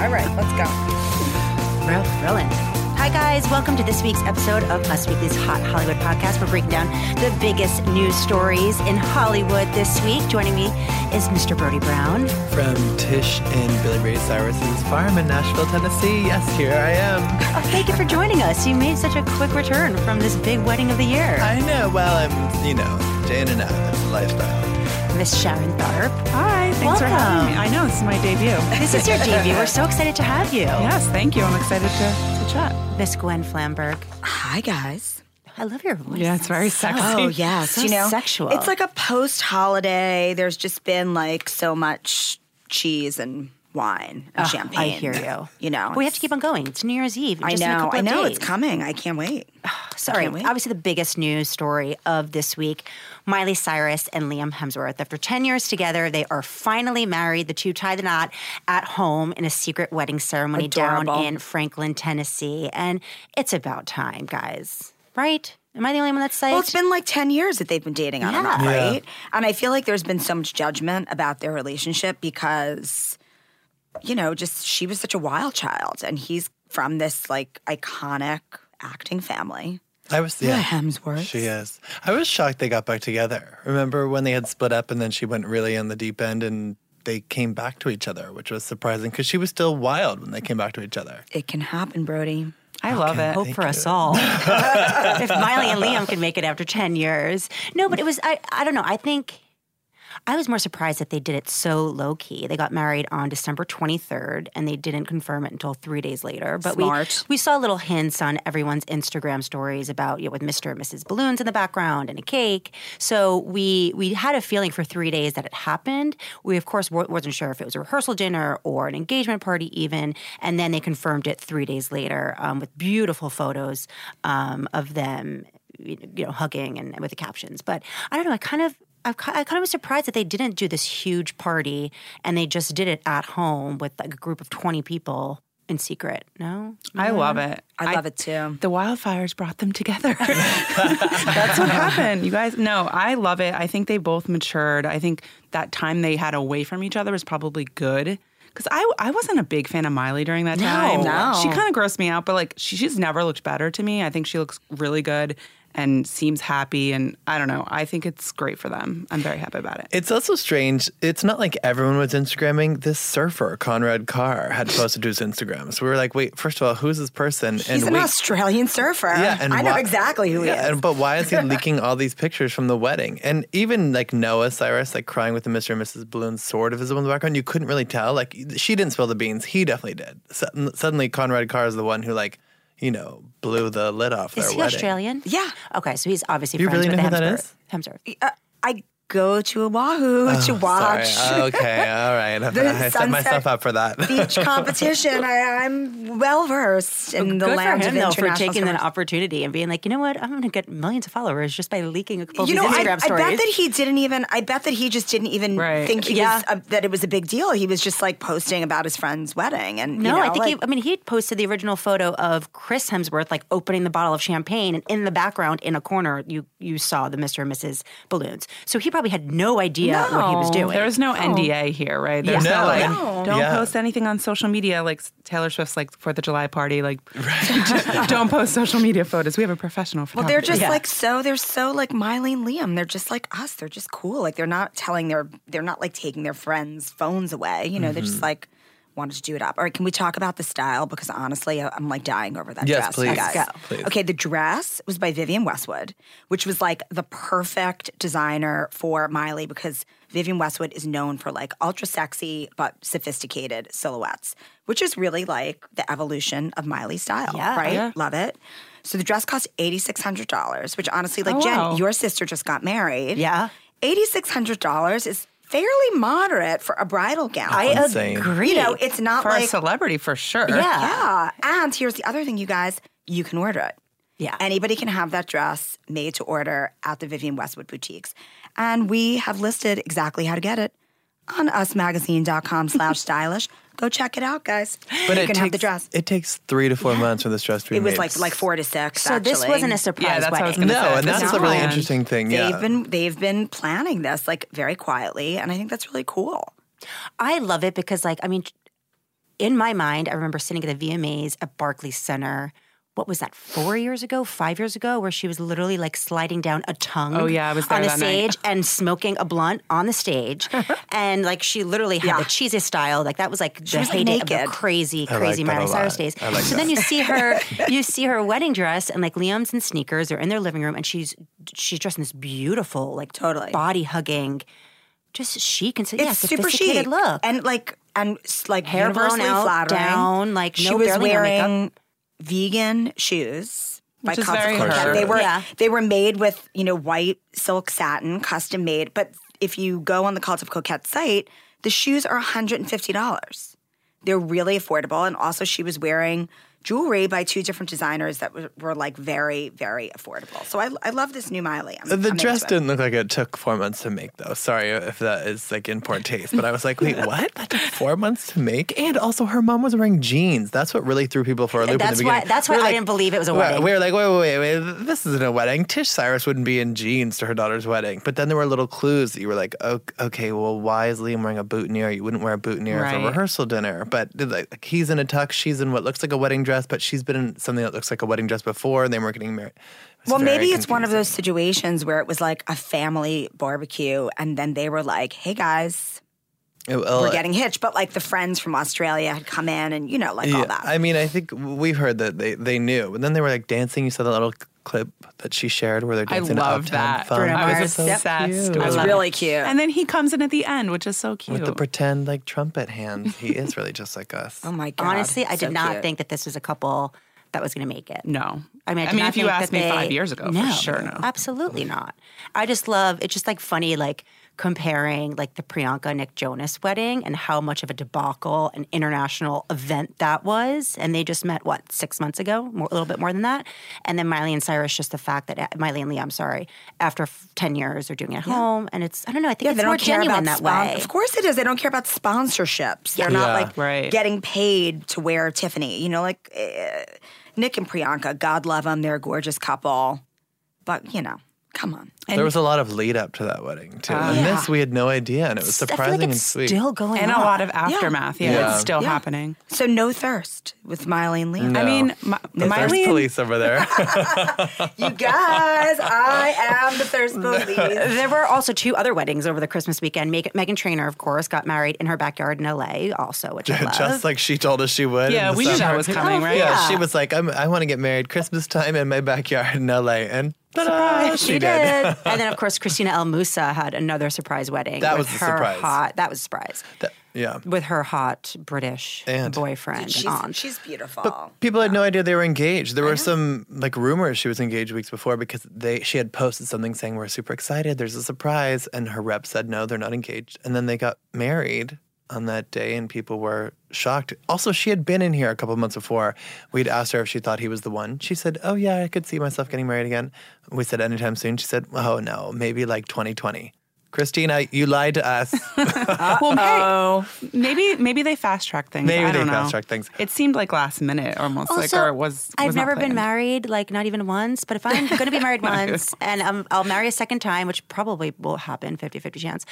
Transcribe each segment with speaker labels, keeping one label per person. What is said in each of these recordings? Speaker 1: All right, let's go.
Speaker 2: Thrill, thrilling. Hi, guys. Welcome to this week's episode of Us Weekly's Hot Hollywood Podcast. We're breaking down the biggest news stories in Hollywood this week. Joining me is Mr. Brody Brown.
Speaker 3: From Tish and Billy Ray Cyrus's farm in Nashville, Tennessee. Yes, here I am.
Speaker 2: Oh, thank you for joining us. You made such a quick return from this big wedding of the year.
Speaker 3: I know. Well, I'm, you know, day in and out. It's a lifestyle.
Speaker 2: Miss Sharon Tharp.
Speaker 4: Hi, thanks for having me.
Speaker 2: Welcome.
Speaker 4: I know, this is my debut.
Speaker 2: This is your debut. We're so excited to have you.
Speaker 4: Yes, thank you. I'm excited to, to chat.
Speaker 2: Miss Gwen Flamberg.
Speaker 5: Hi guys.
Speaker 2: I love your voice.
Speaker 4: Yeah, it's very sexy.
Speaker 5: Oh yes,
Speaker 2: so
Speaker 5: you know,
Speaker 2: sexual.
Speaker 5: It's like a post-holiday. There's just been like so much cheese and wine and champagne.
Speaker 2: I hear you.
Speaker 5: You know,
Speaker 2: we have to
Speaker 5: it's-
Speaker 2: keep on going. It's New Year's Eve.
Speaker 5: I
Speaker 2: just In a
Speaker 5: know.
Speaker 2: couple
Speaker 5: I
Speaker 2: of
Speaker 5: know.
Speaker 2: Days.
Speaker 5: It's coming. I can't wait.
Speaker 2: Sorry,
Speaker 5: Can't wait.
Speaker 2: obviously the biggest news story of this week Miley Cyrus and Liam Hemsworth. After 10 years together, they are finally married. The two tie the knot at home in a secret wedding ceremony down
Speaker 5: Adorable.
Speaker 2: in Franklin, Tennessee. And it's about time, guys, right? Am I the only one that's psyched?
Speaker 5: Well, it's been like 10 years that they've been dating on and off,
Speaker 2: Yeah.
Speaker 5: right? And I feel like there's been so much judgment about their relationship because, you know, just she was such a wild child and he's from this like iconic acting family.
Speaker 3: I was,
Speaker 5: Yeah,
Speaker 3: yeah.
Speaker 5: Hemsworth.
Speaker 3: She is. I was shocked they got back together. Remember when they had split up and then she went really in the deep end and they came back to each other, which was surprising because she was still wild when they came back to each other.
Speaker 5: It can happen, Brody.
Speaker 4: I love it.
Speaker 2: hope for us all. if Miley and Liam can make it after 10 years. No, but it was, I, I don't know. I think I was more surprised that they did it so low key. They got married on December 23rd and they didn't confirm it until three days later. But
Speaker 5: Smart.
Speaker 2: we we saw little hints on everyone's Instagram stories about, you know, with Mr. and Mrs. Balloons in the background and a cake. So we we had a feeling for three days that it happened. We, of course, wa- wasn't sure if it was a rehearsal dinner or an engagement party, even. And then they confirmed it three days later um, with beautiful photos um, of them you know hugging and with the captions but i don't know i kind of I've, ki- I kind of was surprised that they didn't do this huge party and they just did it at home with like a group of 20 people in secret. No?
Speaker 4: I love it.
Speaker 5: I love it too.
Speaker 4: The wildfires brought them together. That's what happened. You guys, no, I love it. I think they both matured. I think that time they had away from each other was probably good. Because I, I wasn't a big fan of Miley during that time.
Speaker 5: no.
Speaker 4: She kind of grossed me out, but like she, she's never looked better to me. I think she looks really good and seems happy. And I don't know. I think it's great for them. I'm very happy about it.
Speaker 3: It's also strange. It's not like everyone was Instagramming. This surfer, Conrad Carr, had posted to his Instagram. So we were like, wait, first of all, who's this person?
Speaker 5: He's an Australian surfer.
Speaker 3: Yeah, and
Speaker 5: I know
Speaker 3: why-
Speaker 5: exactly who
Speaker 3: yeah,
Speaker 5: he is.
Speaker 3: and- but why is he leaking all these pictures from the wedding? And even like Noah Cyrus, like crying with the Mr. and Mrs. Balloon sword visible in the background, you couldn't really tell. Like she didn't spill the beans, he definitely did. Sudden suddenly, Conrad Carr is the one who like you know blew the lid off
Speaker 2: Is
Speaker 3: their
Speaker 2: he
Speaker 3: wedding.
Speaker 2: Australian?
Speaker 5: Yeah.
Speaker 2: Okay, so he's obviously
Speaker 3: You
Speaker 2: friends
Speaker 3: really
Speaker 2: with
Speaker 3: know
Speaker 2: the
Speaker 3: who that
Speaker 2: Hemsworth.
Speaker 3: is?
Speaker 2: Hemsworth.
Speaker 5: Uh, I go to Oahu to watch
Speaker 3: Oh, Sorry. Uh, Okay, all right.
Speaker 5: The
Speaker 3: I set
Speaker 5: sunset
Speaker 3: myself up for that.
Speaker 5: beach competition. I, I'm well versed in the
Speaker 2: Good for
Speaker 5: land
Speaker 2: him,
Speaker 5: of
Speaker 2: though, for
Speaker 5: international
Speaker 2: taking that
Speaker 5: stories.
Speaker 2: opportunity and being like, you know what, I'm going to get millions of followers just by leaking a couple
Speaker 5: You know,
Speaker 2: of these
Speaker 5: I,
Speaker 2: Instagram
Speaker 5: I
Speaker 2: stories.
Speaker 5: bet that he didn't even. I bet that he just didn't even
Speaker 4: Right.
Speaker 5: think he
Speaker 2: Yeah.
Speaker 5: was, uh, that it was a big deal. He was just like posting about his friend's wedding, and you
Speaker 2: No, I
Speaker 5: know,
Speaker 2: think he,
Speaker 5: like-
Speaker 2: I mean he had posted the original photo of Chris Hemsworth like opening the bottle of champagne, and in the background, in a corner, you you saw the Mr. and Mrs. balloons. So he probably had no idea what he was
Speaker 4: No,
Speaker 2: doing.
Speaker 4: There's no NDA here, right? There's
Speaker 3: Yeah. No,
Speaker 4: like,
Speaker 3: no.
Speaker 4: don't
Speaker 3: Yeah.
Speaker 4: post anything on social media. Like Taylor Swift's like Fourth of July party, like don't post social media photos. We have a professional.
Speaker 5: Well, they're
Speaker 4: photographer.
Speaker 5: just like so. They're so like Miley and Liam. They're just like us. They're just cool. Like they're not telling their. They're not like taking their friends' phones away. You know, they're
Speaker 3: Mm-hmm.
Speaker 5: just like wanted to do it up. All right, can we talk about the style? Because honestly, I- I'm like dying over that
Speaker 3: Yes,
Speaker 5: dress.
Speaker 3: please.
Speaker 5: you guys.
Speaker 3: Let's go. Please.
Speaker 5: Okay, the dress was by Vivian Westwood, which was like the perfect designer for Miley because Vivian Westwood is known for like ultra sexy but sophisticated silhouettes, which is really like the evolution of Miley's style,
Speaker 2: Yeah.
Speaker 5: right? Love it. So the dress cost eighty six hundred dollars, which honestly, like
Speaker 4: Oh,
Speaker 5: Jen,
Speaker 4: wow.
Speaker 5: your sister just got married.
Speaker 2: Yeah.
Speaker 5: eighty six hundred dollars is fairly moderate for a bridal gown.
Speaker 2: I
Speaker 3: Insane.
Speaker 2: agree.
Speaker 5: you know, it's not
Speaker 4: for a
Speaker 5: like
Speaker 4: celebrity for sure.
Speaker 2: yeah,
Speaker 5: yeah. And here's the other thing, you guys, you can order it.
Speaker 2: yeah.
Speaker 5: Anybody can have that dress made to order at the Vivian Westwood boutiques. And we have listed exactly how to get it on usmagazine.com slash stylish. Go check it out, guys.
Speaker 3: but
Speaker 5: you
Speaker 3: it
Speaker 5: can
Speaker 3: takes,
Speaker 5: have the dress.
Speaker 3: It takes three to four months for this dress to be
Speaker 5: It was
Speaker 3: made.
Speaker 5: like like four to six.
Speaker 2: so this
Speaker 5: actually.
Speaker 2: wasn't a surprise
Speaker 4: Yeah, that's what I was
Speaker 2: wedding.
Speaker 4: gonna
Speaker 3: No,
Speaker 4: say.
Speaker 3: and that's the really
Speaker 4: No.
Speaker 3: interesting thing. Yeah.
Speaker 5: They've been they've been planning this like very quietly, and I think that's really cool.
Speaker 2: I love it because, like, I mean, in my mind, I remember sitting at the VMAs at Barclays Center. What was that? Four years ago, five years ago, where she was literally like sliding down a tongue.
Speaker 4: Oh, yeah, I was
Speaker 2: on
Speaker 4: there
Speaker 2: the
Speaker 4: that night.
Speaker 2: stage and smoking a blunt on the stage, and like she literally had the cheesy style. Like that was like the
Speaker 5: was, like,
Speaker 2: heyday of the
Speaker 5: naked.
Speaker 2: crazy,
Speaker 3: like
Speaker 2: crazy
Speaker 3: that a
Speaker 2: Miley Cyrus
Speaker 3: lot.
Speaker 2: days.
Speaker 3: I like
Speaker 2: so then you see her, you see her wedding dress and like Liam's and sneakers. are in their living room, and she's she's dressed in this beautiful, like
Speaker 5: Totally.
Speaker 2: body hugging. Just chic and so yeah,
Speaker 5: it's super
Speaker 2: sophisticated
Speaker 5: chic
Speaker 2: look
Speaker 5: and like and s- like
Speaker 2: Hair blown
Speaker 5: universally
Speaker 2: out,
Speaker 5: flattering.
Speaker 2: down, like,
Speaker 5: she
Speaker 2: no-
Speaker 5: was
Speaker 2: barely no makeup.
Speaker 5: wearing vegan shoes.
Speaker 4: Which is very
Speaker 5: consequence,
Speaker 3: her.
Speaker 5: they were
Speaker 2: Yeah.
Speaker 5: they were made with you know white silk satin, custom made. But if you go on the Cult of Coquette site, the shoes are one hundred and fifty dollars. They're really affordable, and also she was wearing jewelry by two different designers that were, were like very very affordable. So I, I love this new Miley. I'm, I'm
Speaker 3: the
Speaker 5: into
Speaker 3: dress
Speaker 5: it.
Speaker 3: didn't look like it took four months to make, though. Sorry if that is like in poor taste, but I was like, wait, what? That took four months to make? And also, her mom was wearing jeans. That's what really threw people for a loop in
Speaker 2: That's
Speaker 3: the
Speaker 2: why-
Speaker 3: beginning.
Speaker 2: that's why
Speaker 3: We were
Speaker 2: I didn't believe it was a
Speaker 3: we were-
Speaker 2: wedding.
Speaker 3: We were like, wait, wait, wait, wait, this isn't a wedding. Tish Cyrus wouldn't be in jeans to her daughter's wedding. But then there were little clues that you were like, oh, okay, well, why is Liam wearing a boutonniere? You wouldn't wear a boutonniere for a
Speaker 4: Right.
Speaker 3: rehearsal dinner. But like, he's in a tux, she's in what looks like a wedding dress, but she's been in something that looks like a wedding dress before, and they were getting married. It was
Speaker 5: Well,
Speaker 3: very
Speaker 5: maybe it's one of
Speaker 3: confusing.
Speaker 5: those situations where it was like a family barbecue, and then they were like, "Hey guys,
Speaker 3: It- well,
Speaker 5: we're getting hitched," but like the friends from Australia had come in, and you know, like all that.
Speaker 3: I mean, I think we've heard that they, they knew. And then they were like dancing. You saw that little c- clip that she shared where they're
Speaker 4: I
Speaker 3: dancing. to
Speaker 4: love
Speaker 3: Uptown
Speaker 4: that.
Speaker 3: Funk.
Speaker 5: Bruno
Speaker 4: I
Speaker 5: Mars.
Speaker 4: was
Speaker 5: Yep.
Speaker 4: obsessed. with
Speaker 5: it was
Speaker 4: that.
Speaker 5: really cute.
Speaker 4: And then he comes in at the end, which is so cute.
Speaker 3: With the pretend like trumpet hands. He is really just like us.
Speaker 5: oh my god!
Speaker 2: Honestly, I
Speaker 5: so
Speaker 2: did not
Speaker 5: cute.
Speaker 2: think that this was a couple that was going to make it.
Speaker 4: no,
Speaker 2: I mean, I, did not
Speaker 4: if you
Speaker 2: think that
Speaker 4: asked me
Speaker 2: they-
Speaker 4: five years ago,
Speaker 2: no,
Speaker 4: for sure, no.
Speaker 2: absolutely not. I just love it's just like funny, like comparing like the Priyanka Nick Jonas wedding and how much of a debacle an international event that was, and they just met what six months ago, more, a little bit more than that, and then Miley and Cyrus, just the fact that Miley and Lee, I'm sorry, after f- ten years are doing it at home, and it's I don't know, I think
Speaker 5: Yeah,
Speaker 2: it's
Speaker 5: they
Speaker 2: more
Speaker 5: don't care
Speaker 2: genuine
Speaker 5: about
Speaker 2: that
Speaker 5: spon-
Speaker 2: way.
Speaker 5: Of course it is. They don't care about sponsorships. They're not
Speaker 3: Yeah.
Speaker 5: like
Speaker 4: Right.
Speaker 5: getting paid to wear Tiffany. You know, like eh, Nick and Priyanka. God love them. They're a gorgeous couple, but you know, come on.
Speaker 3: there was a lot of lead up to that wedding, too. and this, we had no idea. And it was
Speaker 2: I feel
Speaker 3: surprising
Speaker 2: like
Speaker 3: and
Speaker 2: it's
Speaker 3: sweet.
Speaker 2: still going
Speaker 4: and a
Speaker 2: on.
Speaker 4: lot of aftermath. Yeah,
Speaker 3: Yeah.
Speaker 4: it's still
Speaker 5: Yeah.
Speaker 4: happening.
Speaker 5: So no thirst with Miley and Liam.
Speaker 3: No.
Speaker 4: I mean, my,
Speaker 3: But there's
Speaker 4: Miley and-
Speaker 3: police over there.
Speaker 5: You guys, I am the thirst police.
Speaker 2: There were also two other weddings over the Christmas weekend. Meg- Megan Trainor, of course, got married in her backyard in LA, also, which I love.
Speaker 3: just like she told us she would.
Speaker 4: Yeah,
Speaker 3: in the
Speaker 4: we knew that
Speaker 3: summer.
Speaker 4: was coming, right?
Speaker 3: Yeah, she was like, I'm, I want to get married Christmas time in my backyard in LA. And Ta-da! She, did.
Speaker 2: and then, of course, Christina El Musa had another surprise wedding.
Speaker 3: That
Speaker 2: with
Speaker 3: was a
Speaker 2: her
Speaker 3: surprise.
Speaker 2: Hot, that was a surprise.
Speaker 3: That- yeah.
Speaker 2: with her hot British
Speaker 3: And-
Speaker 2: boyfriend
Speaker 5: She's,
Speaker 2: on.
Speaker 5: she's beautiful.
Speaker 3: People had no idea they were engaged. There were some like rumors she was engaged weeks before because they she had posted something saying we're super excited, there's a surprise, and her rep said no, they're not engaged. And then they got married on that day, and people were shocked. Also, she had been in here a couple months before. We'd asked her if she thought he was the one. She said, "Oh yeah, I could see myself getting married again." We said, "Anytime soon." She said, "Oh no, maybe like 2020." Christina, you lied to us.
Speaker 4: Well, hey, maybe maybe they fast track things.
Speaker 3: Maybe
Speaker 4: I
Speaker 3: they
Speaker 4: don't know.
Speaker 3: fast-track things.
Speaker 4: It seemed like last minute almost, like or it was.
Speaker 2: I've
Speaker 4: was not
Speaker 2: never been
Speaker 4: planned.
Speaker 2: married, like not even once. But if I'm going to be married once and um, I'll marry a second time, which probably will happen 50 50 chance,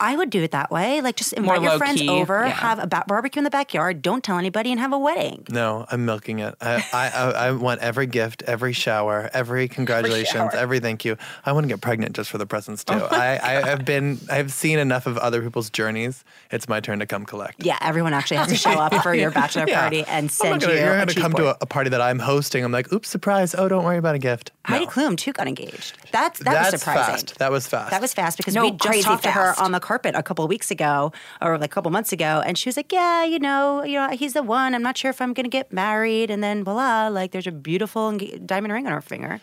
Speaker 2: I would do it that way. Like just invite your friends
Speaker 4: low-key,
Speaker 2: over,
Speaker 4: yeah.
Speaker 2: have a ba- barbecue in the backyard, don't tell anybody, and have a wedding.
Speaker 3: No, I'm milking it. I, I, I, I want every gift, every shower, every congratulations, every, thank you. I want to get pregnant just for the presents
Speaker 5: Oh
Speaker 3: too. I, I have been, I've seen enough of other people's journeys. It's my turn to come collect.
Speaker 2: Yeah, everyone actually has to show up for your bachelor
Speaker 3: Yeah.
Speaker 2: party and
Speaker 3: I'm
Speaker 2: send
Speaker 3: not gonna,
Speaker 2: you
Speaker 3: you're
Speaker 2: a
Speaker 3: gonna
Speaker 2: cheat
Speaker 3: come
Speaker 2: board.
Speaker 3: to a, a party that I'm hosting. I'm like, oops, surprise. Oh, don't worry about a gift. No.
Speaker 2: Heidi Klum too got engaged. That's that
Speaker 3: That's
Speaker 2: was surprising.
Speaker 3: fast. That was fast.
Speaker 2: That was fast because
Speaker 5: No,
Speaker 2: we just
Speaker 5: crazy
Speaker 2: talked to her
Speaker 5: fast.
Speaker 2: on the carpet a couple of weeks ago, or like a couple months ago, and she was like, "Yeah, you know, you know, he's the one. I'm not sure if I'm going to get married." And then voila, like there's a beautiful eng- diamond ring on her finger.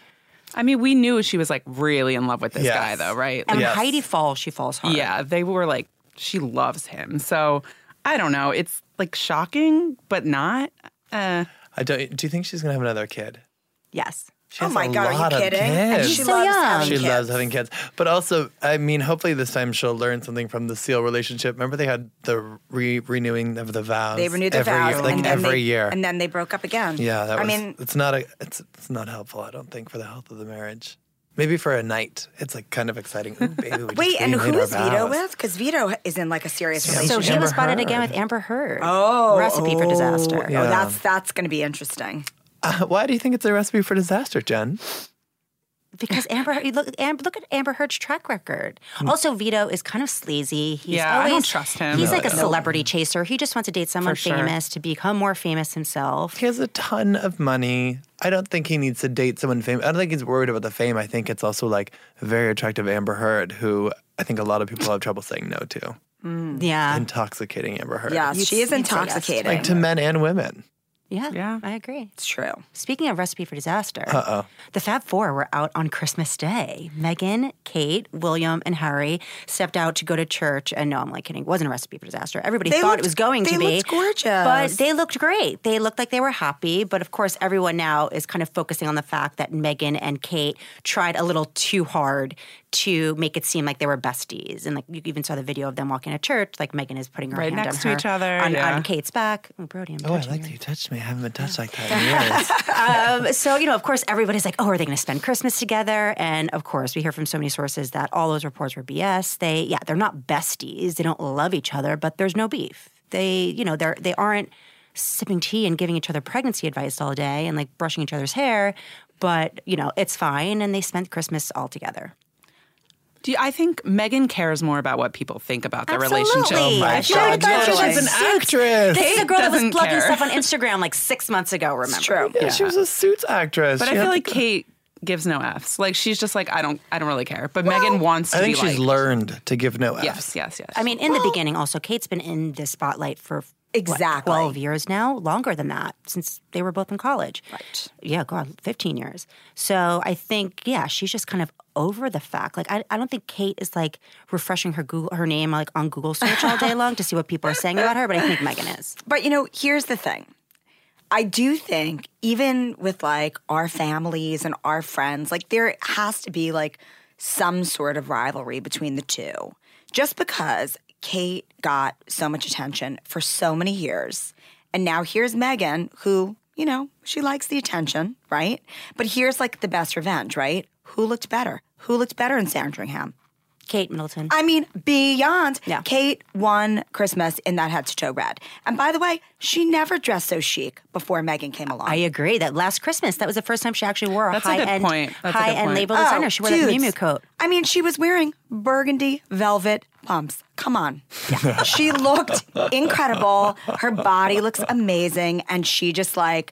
Speaker 4: I mean, we knew she was like really in love with this
Speaker 3: Yes.
Speaker 4: guy, though, right?
Speaker 2: And
Speaker 4: Like,
Speaker 2: when
Speaker 3: Yes.
Speaker 2: Heidi falls, she falls hard.
Speaker 4: yeah, they were like she loves him. So I don't know. It's like shocking, but not. Uh,
Speaker 3: I don't. Do you think she's gonna have another kid?
Speaker 2: Yes.
Speaker 3: She
Speaker 5: Oh
Speaker 3: has
Speaker 5: my
Speaker 3: a
Speaker 5: God,
Speaker 3: lot
Speaker 5: are
Speaker 3: of
Speaker 5: you kidding?
Speaker 3: Kids.
Speaker 5: And
Speaker 2: She's
Speaker 5: she
Speaker 2: so
Speaker 5: loves
Speaker 2: young.
Speaker 5: having
Speaker 3: She
Speaker 5: kids.
Speaker 3: loves having kids. But also, I mean, hopefully this time she'll learn something from the seal relationship. Remember they had the re- renewing of the vows.
Speaker 5: They renewed their
Speaker 3: every
Speaker 5: vows,
Speaker 3: year, like
Speaker 5: and then
Speaker 3: every
Speaker 5: they,
Speaker 3: year.
Speaker 5: and then they broke up again.
Speaker 3: yeah, that
Speaker 5: I
Speaker 3: was,
Speaker 5: mean,
Speaker 3: it's not a it's it's not helpful. I don't think for the health of the marriage. Maybe for a night, it's like kind of exciting. Ooh, baby, we just
Speaker 5: wait, and
Speaker 3: renewed
Speaker 5: who
Speaker 3: our
Speaker 5: is Vito
Speaker 3: vows.
Speaker 5: with? Because Vito is in like a serious
Speaker 2: So
Speaker 5: relationship.
Speaker 2: he
Speaker 3: Amber
Speaker 2: was spotted
Speaker 3: Heard.
Speaker 2: again with Amber Heard.
Speaker 5: Oh,
Speaker 2: recipe for disaster.
Speaker 5: Oh,
Speaker 3: Yeah.
Speaker 5: that's that's going to be interesting.
Speaker 3: Uh, why do you think it's a recipe for disaster, Jen?
Speaker 2: Because Amber, you look, Amber, look at Amber Heard's track record.
Speaker 3: Mm.
Speaker 2: Also, Vito is kind of sleazy. He's
Speaker 4: Yeah, I don't
Speaker 2: always-
Speaker 4: trust him.
Speaker 2: He's
Speaker 4: No,
Speaker 2: like a celebrity chaser. He just wants to date someone
Speaker 4: sure.
Speaker 2: famous to become more famous himself.
Speaker 3: He has a ton of money. I don't think he needs to date someone famous. I don't think he's worried about the fame. I think it's also like very attractive Amber Heard, who I think a lot of people have trouble saying no to. Hmm.
Speaker 2: Yeah,
Speaker 3: Intoxicating Amber Heard.
Speaker 5: Yes,
Speaker 2: You'd-
Speaker 5: she
Speaker 2: you'd
Speaker 5: is
Speaker 2: say yes.
Speaker 5: intoxicating.
Speaker 3: Like to men and women.
Speaker 2: yeah,
Speaker 4: Yeah.
Speaker 2: I agree.
Speaker 5: it's true.
Speaker 2: Speaking of recipe for disaster, the Fab Four were out on Christmas Day. Megan, Kate, William, and Harry stepped out to go to church. And no, I'm like kidding. It wasn't a recipe for disaster. Everybody
Speaker 5: They
Speaker 2: thought it
Speaker 5: looked-
Speaker 2: was going to
Speaker 5: they
Speaker 2: be.
Speaker 5: looked gorgeous.
Speaker 2: But they looked great. They looked like they were happy. But of course, everyone now is kind of focusing on the fact that Megan and Kate tried a little too hard to make it seem like they were besties. And like you even saw the video of them walking to church. Like Megan is putting her
Speaker 4: Right
Speaker 2: hand
Speaker 4: next
Speaker 2: on
Speaker 4: to
Speaker 2: her-
Speaker 4: each other,
Speaker 2: on,
Speaker 4: yeah.
Speaker 2: on Kate's back. Oh, Brody, I'm
Speaker 3: Oh, I
Speaker 2: touching
Speaker 3: like
Speaker 2: you.
Speaker 3: that you touched me. I haven't been touched like that in years.
Speaker 2: Um, so, you know, of course, everybody's like, oh, are they going to spend Christmas together? And of course, we hear from so many sources that all those reports were BS. They, yeah, they're not besties. They don't love each other, but there's no beef. They, you know, they're, they aren't sipping tea and giving each other pregnancy advice all day and like brushing each other's hair. But, you know, it's fine. And they spent Christmas all together.
Speaker 4: do you, I think Megan cares more about what people think about their
Speaker 2: Absolutely.
Speaker 4: relationship?
Speaker 2: Oh my
Speaker 5: If you God, already thought she
Speaker 3: She's
Speaker 5: was
Speaker 3: an
Speaker 5: an
Speaker 3: actress.
Speaker 2: This is a girl that was
Speaker 4: doesn't
Speaker 2: plugging
Speaker 4: care.
Speaker 2: stuff on Instagram like six months ago, remember?
Speaker 5: It's true.
Speaker 3: yeah, she was a suits actress.
Speaker 4: But
Speaker 3: She
Speaker 4: I
Speaker 3: had
Speaker 4: feel
Speaker 3: the-
Speaker 4: like Kate gives no f's. Like she's just like I don't I don't really care. But Megan wants to
Speaker 3: I think
Speaker 4: be
Speaker 3: she's
Speaker 4: like
Speaker 3: learned to give no F's.
Speaker 4: yes yes yes.
Speaker 2: I mean, in the beginning, also, Kate's been in the spotlight for what,
Speaker 5: Exactly.
Speaker 2: 12 years now, longer than that, since they were both in college. Right. Yeah, God, 15 years. So I think, yeah, she's just kind of over the fact. Like, I, I don't think Kate is like refreshing her Google, her name like on Google search all day long to see what people are saying about her, but I think Megan is.
Speaker 5: But you know, here's the thing. I do think even with like our families and our friends, like there has to be like some sort of rivalry between the two. Just because Kate got so much attention for so many years. And now here's Megan, who, you know, she likes the attention, right? But here's like the best revenge, right? Who looked better? Who looked better in Sandringham?
Speaker 2: Kate Middleton.
Speaker 5: I mean, beyond.
Speaker 2: Yeah.
Speaker 5: Kate won Christmas in that head to toe red. And by the way, she never dressed so chic before Megan came along.
Speaker 2: I agree that last Christmas, that was the first time she actually wore a
Speaker 4: That's a
Speaker 2: high
Speaker 4: good
Speaker 2: end,
Speaker 4: point. That's a good
Speaker 2: high end
Speaker 4: point.
Speaker 2: label
Speaker 5: Oh,
Speaker 2: designer. She wore that
Speaker 5: dudes.
Speaker 2: Miu Miu coat.
Speaker 5: I mean, she was wearing burgundy velvet pumps. Come on. she looked incredible. Her body looks amazing. And she just like,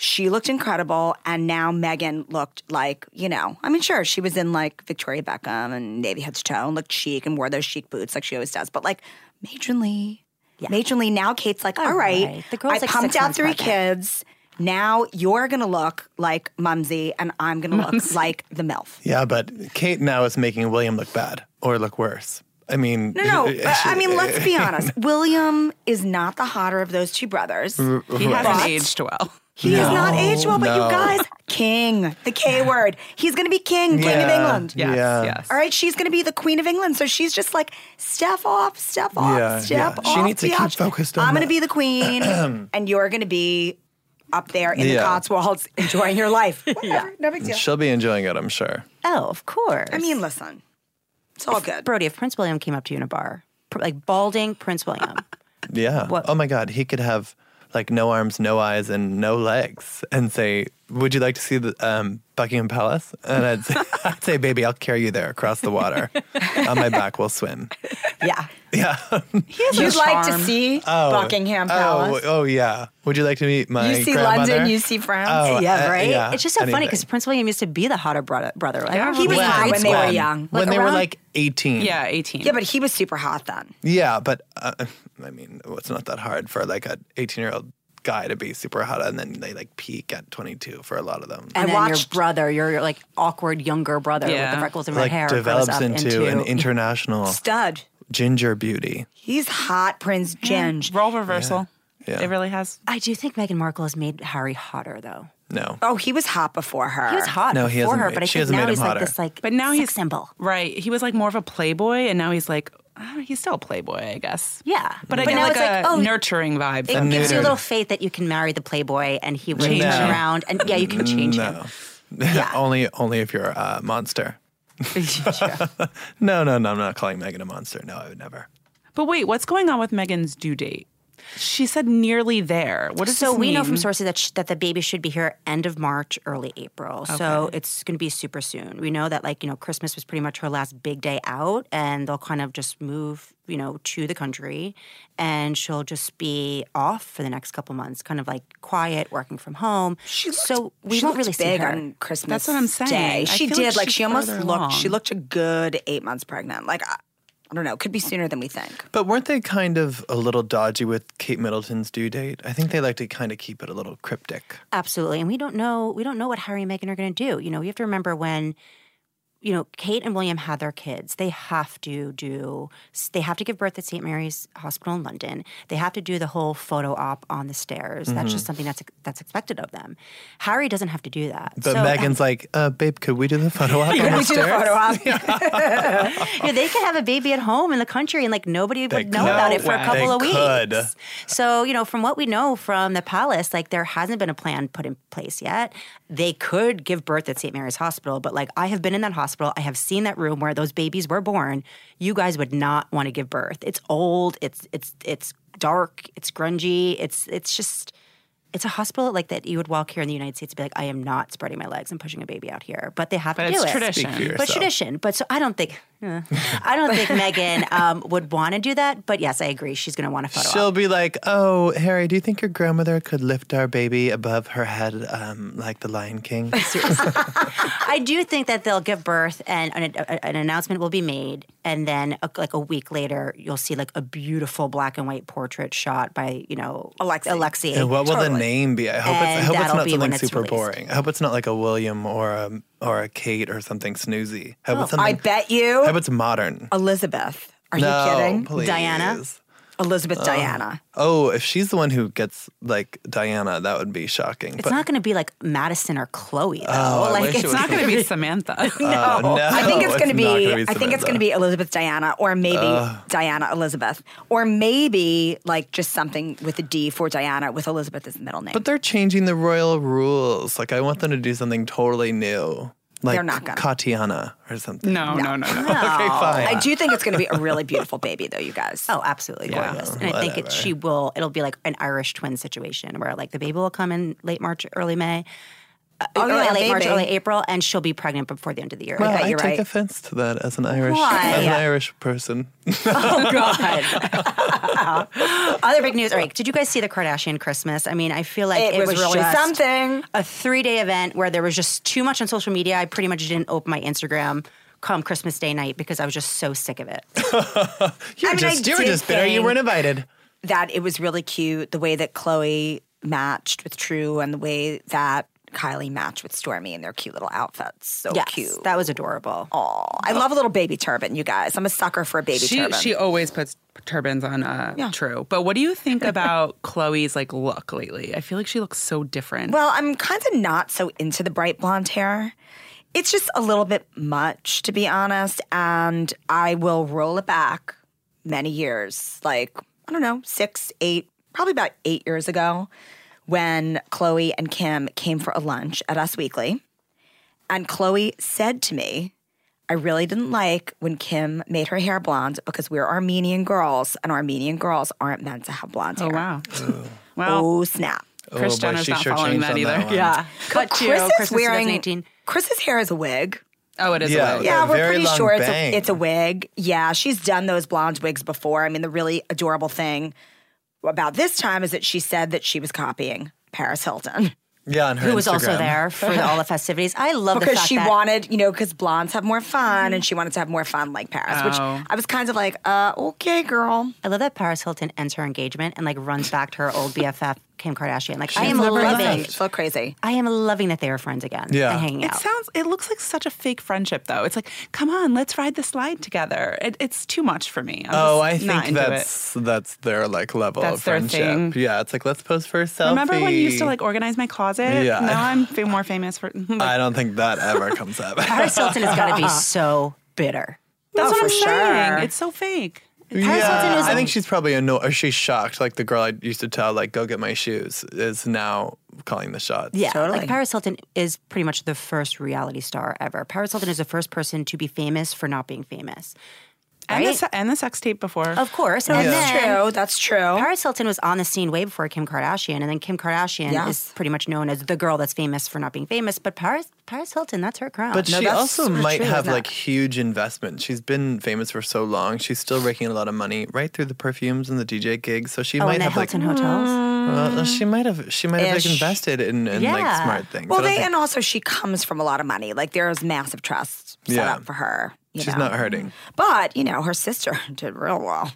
Speaker 5: She looked incredible, and now Megan looked like you know. I mean, sure, she was in like Victoria Beckham and navy head to toe, and looked chic and wore those chic boots like she always does. But like matronly, matronly. Now Kate's
Speaker 2: Oh,
Speaker 5: like, all right,
Speaker 2: right. The girl's,
Speaker 5: I
Speaker 2: like,
Speaker 5: pumped
Speaker 2: six
Speaker 5: out
Speaker 2: months
Speaker 5: three
Speaker 2: pregnant."
Speaker 5: kids. Now you're gonna look like Mumsy, and I'm gonna look like the MILF.
Speaker 3: Yeah, but Kate now is making William look bad or look worse. I mean,
Speaker 5: No, no. I I mean, let's be honest. William is not the hotter of those two brothers.
Speaker 4: He hasn't
Speaker 5: But-
Speaker 4: aged well.
Speaker 5: He is not aged well, but
Speaker 3: no.
Speaker 5: you guys, king, the K word. He's going to be king, king of
Speaker 3: Yeah,
Speaker 5: England.
Speaker 4: Yes,
Speaker 3: Yeah.
Speaker 4: yes.
Speaker 5: All right, she's going to be the queen of England. So she's just like, step off, step off,
Speaker 3: Yeah,
Speaker 5: step
Speaker 3: yeah.
Speaker 5: off.
Speaker 3: She needs to keep
Speaker 5: biatch.
Speaker 3: focused on
Speaker 5: I'm going
Speaker 3: that.
Speaker 5: to be the queen, and you're going to be up there in the
Speaker 3: Yeah.
Speaker 5: Cotswolds enjoying your life. Whatever, no big deal.
Speaker 3: She'll be enjoying it, I'm sure.
Speaker 2: Oh, of course.
Speaker 5: I mean, listen, it's all good.
Speaker 2: Brody, if Prince William came up to you in a bar, pr- like balding Prince William,
Speaker 3: Yeah.
Speaker 2: What-
Speaker 3: Oh my God, he could have like no arms, no eyes, and no legs, and say, "Would you like to see the um, Buckingham Palace?" And I'd say, I'd say, "Baby, I'll carry you there across the water. On my back, we'll swim."
Speaker 5: Yeah.
Speaker 3: Yeah.
Speaker 5: You'd like to
Speaker 4: charm.
Speaker 5: see Buckingham Palace.
Speaker 3: Oh, oh yeah. Would you like to meet my?
Speaker 5: you see
Speaker 3: grandmother?
Speaker 5: London, you see France.
Speaker 3: Oh,
Speaker 5: yeah,
Speaker 3: uh,
Speaker 5: right?
Speaker 3: yeah.
Speaker 2: it's just so funny
Speaker 3: anything.
Speaker 2: because Prince William used to be the hotter brother. brother. Like, I remember
Speaker 5: He was
Speaker 3: When?
Speaker 5: hot when they were young.
Speaker 3: When
Speaker 5: Like
Speaker 3: they were
Speaker 5: around-
Speaker 3: like 18.
Speaker 4: Yeah, 18.
Speaker 5: Yeah, but he was super hot then.
Speaker 3: Yeah, but uh, I mean, well, it's not that hard for like an 18 year old guy to be super hot, and then they like peak at 22 for a lot of them.
Speaker 2: and
Speaker 5: I
Speaker 2: then
Speaker 5: watched-
Speaker 2: your brother, your, your, like awkward younger brother with
Speaker 4: Yeah.
Speaker 2: the freckles and red
Speaker 3: like
Speaker 2: hair,
Speaker 3: develops
Speaker 2: grows up
Speaker 3: into, an international
Speaker 5: Stud.
Speaker 3: ginger beauty.
Speaker 5: He's hot, Prince Ginge.
Speaker 4: Role reversal.
Speaker 3: Yeah.
Speaker 4: It really has.
Speaker 2: I do think Meghan Markle has made Harry hotter, though.
Speaker 3: No.
Speaker 5: Oh, he was hot before her.
Speaker 2: He was hot
Speaker 3: No,
Speaker 2: no,
Speaker 3: he
Speaker 2: before
Speaker 3: hasn't
Speaker 2: her,
Speaker 3: made-
Speaker 2: but I
Speaker 3: she
Speaker 2: think
Speaker 3: hasn't
Speaker 2: now
Speaker 3: made him
Speaker 2: he's like
Speaker 3: hotter.
Speaker 2: this like
Speaker 4: But now
Speaker 2: sex
Speaker 4: he's
Speaker 2: symbol.
Speaker 4: Right. He was like more of a playboy, and now he's like uh, he's still a playboy, I guess.
Speaker 2: Yeah,
Speaker 4: But I
Speaker 2: now
Speaker 4: get like
Speaker 2: it's
Speaker 4: a
Speaker 2: like, oh,
Speaker 4: nurturing vibe.
Speaker 2: it
Speaker 4: from him.
Speaker 2: gives you a
Speaker 3: Neutered.
Speaker 2: little faith that you can marry the playboy and he will
Speaker 4: Change
Speaker 2: turn
Speaker 4: him.
Speaker 2: around and yeah, you can change him.
Speaker 3: No. only only if you're a monster. No, no, no. I'm not calling Megan a monster. No, I would never.
Speaker 4: But wait, what's going on with Megan's due date? She said nearly there. What does
Speaker 2: So
Speaker 4: this
Speaker 2: we know
Speaker 4: mean?
Speaker 2: from sources that sh- that the baby should be here end of March, early April. So it's going to be super soon. We know that like you know Christmas was pretty much her last big day out, and they'll kind of just move you know to the country, and she'll just be off for the next couple months, kind of like quiet, working from home.
Speaker 5: She looked-
Speaker 2: so we
Speaker 5: she
Speaker 2: won't
Speaker 5: looked
Speaker 2: really see
Speaker 5: big
Speaker 2: her.
Speaker 5: on Christmas.
Speaker 4: That's what I'm saying.
Speaker 5: Day.
Speaker 4: I
Speaker 5: She
Speaker 4: feel
Speaker 5: did.
Speaker 4: like
Speaker 5: Like,
Speaker 4: she's
Speaker 5: she almost
Speaker 4: further
Speaker 5: looked. She
Speaker 4: along.
Speaker 5: looked a good eight months pregnant. Like I, I don't know. Could be sooner than we think.
Speaker 3: But weren't they kind of a little dodgy with Kate Middleton's due date? I think they like to kind of keep it a little cryptic.
Speaker 2: Absolutely. And we don't know we don't know what Harry and Meghan are going to do. You know, we have to remember when you know, Kate and William had their kids. They have to do they have to give birth at St. Mary's Hospital in London. They have to do the whole photo op on the stairs. That's
Speaker 3: Mm-hmm.
Speaker 2: just something that's that's expected of them. Harry doesn't have to do that.
Speaker 3: But Megan's like, uh, babe, could we do the photo op?
Speaker 5: Could
Speaker 3: on
Speaker 5: we
Speaker 3: the
Speaker 5: do the
Speaker 3: stairs?"
Speaker 5: photo op?
Speaker 2: yeah, they could have a baby at home in the country and like nobody would
Speaker 3: They
Speaker 2: know
Speaker 3: could.
Speaker 2: about it for
Speaker 3: No
Speaker 2: a couple
Speaker 3: way.
Speaker 2: of
Speaker 3: They
Speaker 2: weeks.
Speaker 3: could.
Speaker 2: So, you know, from what we know from the palace, like there hasn't been a plan put in place yet. They could give birth at St. Mary's Hospital, but like I have been in that hospital, I have seen that room where those babies were born. You guys would not want to give birth. It's old, it's it's it's dark, it's grungy, it's it's just it's a hospital like that you would walk here in the United States and be like, I am not spreading my legs and pushing a baby out here. But they have
Speaker 4: But
Speaker 2: to do
Speaker 4: it's
Speaker 2: it.
Speaker 3: Speak
Speaker 4: tradition.
Speaker 3: for
Speaker 2: But
Speaker 3: yourself.
Speaker 2: tradition. But so I don't think eh. I don't think Megan um, would want to do that. But yes, I agree. She's going to want to photo.
Speaker 3: She'll
Speaker 2: op.
Speaker 3: be like, "Oh, Harry, do you think your grandmother could lift our baby above her head, um, like the Lion King?"
Speaker 2: I do think that they'll give birth, and an, a- an announcement will be made, and then a, like a week later, you'll see like a beautiful black and white portrait shot by you know
Speaker 5: Alexi.
Speaker 2: Alexi.
Speaker 3: and what will the name be? I hope it's, I
Speaker 2: And
Speaker 3: hope it's
Speaker 2: that'll
Speaker 3: not
Speaker 2: be when
Speaker 3: something
Speaker 2: it's
Speaker 3: super
Speaker 2: released.
Speaker 3: boring. I hope it's not like a William or a or a Kate or something snoozy. I hope it's something.
Speaker 5: Oh, I bet
Speaker 3: I
Speaker 5: you,
Speaker 3: hope it's modern.
Speaker 5: Elizabeth. Are
Speaker 3: no,
Speaker 5: you kidding?
Speaker 3: please.
Speaker 2: Diana?
Speaker 5: Elizabeth
Speaker 3: Uh,
Speaker 5: Diana.
Speaker 3: Oh, if she's the one who gets like Diana, that would be shocking.
Speaker 2: It's not going to be like Madison or Chloe though. like
Speaker 3: Oh, wish it
Speaker 2: it's
Speaker 3: was
Speaker 4: It's
Speaker 2: not
Speaker 4: not
Speaker 2: going
Speaker 4: going to be Samantha. Uh,
Speaker 3: Oh, no,
Speaker 5: I think it's, going to
Speaker 3: not
Speaker 5: be.
Speaker 3: gonna
Speaker 5: I think
Speaker 3: Samantha.
Speaker 5: it's going to be Elizabeth Diana, or maybe Diana Elizabeth, or maybe like just something with a D for Diana with Elizabeth as the middle name.
Speaker 3: But they're changing the royal rules. Like, I want them to do something totally new. Like
Speaker 5: They're not gonna.
Speaker 3: Katiana or something.
Speaker 4: no, no, no, no.
Speaker 3: Okay, fine.
Speaker 5: Oh. I do think it's going to be a really beautiful baby, though, you guys.
Speaker 2: Oh, absolutely gorgeous. And I think it, she will, it'll be like an Irish twin situation where like the baby will come in late March, early May.
Speaker 5: Oh,
Speaker 2: early,
Speaker 5: yeah,
Speaker 2: late March,
Speaker 5: maybe.
Speaker 2: early April, and she'll be pregnant before the end of the year.
Speaker 3: Well,
Speaker 5: Okay,
Speaker 3: I
Speaker 5: you're
Speaker 3: take
Speaker 5: right.
Speaker 3: offense to that as an Irish,
Speaker 5: Why?
Speaker 3: as an Irish person.
Speaker 2: Oh God! Other big news. All right, did you guys see the Kardashian Christmas? I mean, I feel like
Speaker 5: It
Speaker 2: it,
Speaker 5: was really
Speaker 2: just
Speaker 5: something.
Speaker 2: A three-day event where there was just too much on social media. I pretty much didn't open my Instagram come Christmas Day night because I was just so sick of it.
Speaker 3: You were
Speaker 5: mean, I
Speaker 3: just, you were
Speaker 5: did
Speaker 3: just bitter. You
Speaker 5: think-
Speaker 3: weren't invited.
Speaker 5: that it was really cute the way that Chloe matched with True and the way that Kylie matched with Stormy in their cute little outfits. So
Speaker 2: yes,
Speaker 5: cute.
Speaker 2: that was adorable.
Speaker 5: Aw, I love a little baby turban, you guys. I'm a sucker for a baby
Speaker 4: she
Speaker 5: turban.
Speaker 4: she always puts turbans on. Uh,
Speaker 5: Yeah.
Speaker 4: True, but what do you think about Chloe's like look lately? I feel like she looks so different.
Speaker 5: well, I'm kind of not so into the bright blonde hair. It's just a little bit much, to be honest. And I will roll it back many years, like, I don't know, six, eight, probably about eight years ago, when Chloe and Kim came for a lunch at Us Weekly. And Chloe said to me, I really didn't like when Kim made her hair blonde because we're Armenian girls and Armenian girls aren't meant to have blonde
Speaker 4: oh
Speaker 5: hair.
Speaker 4: wow, wow.
Speaker 5: Oh, snap.
Speaker 4: Kris
Speaker 3: oh, boy,
Speaker 4: Jenner's
Speaker 3: she
Speaker 4: not
Speaker 3: sure
Speaker 4: following
Speaker 3: changed
Speaker 4: that
Speaker 3: on
Speaker 4: either.
Speaker 3: one.
Speaker 2: Yeah,
Speaker 5: But Chris is
Speaker 2: Christmas
Speaker 5: wearing
Speaker 2: 2018.
Speaker 5: Chris's hair is a wig.
Speaker 4: Oh, it is.
Speaker 3: Yeah.
Speaker 4: a wig.
Speaker 5: Yeah,
Speaker 3: a
Speaker 5: we're
Speaker 3: very
Speaker 5: pretty
Speaker 3: long
Speaker 5: sure it's
Speaker 3: bang.
Speaker 5: a, it's a wig. Yeah, she's done those blonde wigs before. I mean, the really adorable thing about this time is that she said that she was copying Paris Hilton
Speaker 3: Yeah, on her
Speaker 2: who was also
Speaker 3: Instagram.
Speaker 2: there for the, all the festivities. I love the
Speaker 5: because
Speaker 2: fact
Speaker 5: she
Speaker 2: that-
Speaker 5: wanted, you know, because blondes have more fun and she wanted to have more fun like Paris, which
Speaker 4: Oh.
Speaker 5: I was kind of like, uh, okay, girl.
Speaker 2: I love that Paris Hilton ends her engagement and like runs back to her old BFF Kim Kardashian. Like I am
Speaker 3: never
Speaker 2: loving,
Speaker 3: left.
Speaker 5: So crazy.
Speaker 2: I am loving that they are friends again.
Speaker 3: Yeah.
Speaker 2: and hanging
Speaker 4: It
Speaker 2: out.
Speaker 4: sounds. It looks like such a fake friendship, though. It's like, come on, let's ride the slide together. It, it's too much for me. I'm
Speaker 3: Oh,
Speaker 4: just
Speaker 3: I
Speaker 4: not
Speaker 3: think
Speaker 4: into it.
Speaker 3: that's that's their like level
Speaker 4: That's
Speaker 3: of
Speaker 4: their
Speaker 3: friendship.
Speaker 4: thing.
Speaker 3: Yeah, it's like let's post for a selfie.
Speaker 4: Remember when you used to like organize my closet?
Speaker 3: Yeah.
Speaker 4: Now I'm fa- more famous for. like,
Speaker 3: I don't think that ever comes up.
Speaker 2: Paris Hilton has got to be so bitter.
Speaker 4: that's what
Speaker 5: for
Speaker 4: I'm
Speaker 5: sure.
Speaker 4: saying. It's so fake.
Speaker 2: Paris Hilton
Speaker 3: yeah,
Speaker 2: is
Speaker 3: I think she's probably annoyed or she's shocked. Like the girl I used to tell, like go get my shoes, is now calling the shots.
Speaker 2: Yeah,
Speaker 5: Totally.
Speaker 2: like Paris Hilton is pretty much the first reality star ever. Paris Hilton is the first person to be famous for not being famous.
Speaker 4: And, the,
Speaker 2: Right?
Speaker 4: se- and the sex tape before.
Speaker 2: Of course, and
Speaker 5: That's
Speaker 2: then
Speaker 5: true. That's true.
Speaker 2: Paris Hilton was on the scene way before Kim Kardashian, and then Kim Kardashian
Speaker 5: Yes.
Speaker 2: is pretty much known as the girl that's famous for not being famous. But Paris Paris Hilton, that's her crown.
Speaker 3: But she
Speaker 5: that's
Speaker 3: also
Speaker 5: sort of
Speaker 3: might
Speaker 5: true,
Speaker 3: have
Speaker 5: isn't it?
Speaker 3: like huge investments. She's been famous for so long. She's still raking a lot of money right through the perfumes and the DJ gigs. So she
Speaker 2: oh,
Speaker 3: might
Speaker 2: and the
Speaker 3: have like
Speaker 2: Hilton hotels.
Speaker 5: Mm.
Speaker 3: well, she might have she might have like
Speaker 5: Ish.
Speaker 3: invested in, in like
Speaker 2: Yeah.
Speaker 3: smart things.
Speaker 5: Well,
Speaker 3: I don't
Speaker 5: they,
Speaker 3: think-
Speaker 5: and also she comes from a lot of money. Like there is massive trust set
Speaker 3: Yeah.
Speaker 5: up for her. you
Speaker 3: she's
Speaker 5: know?
Speaker 3: not hurting.
Speaker 5: But, you know, her sister did real well.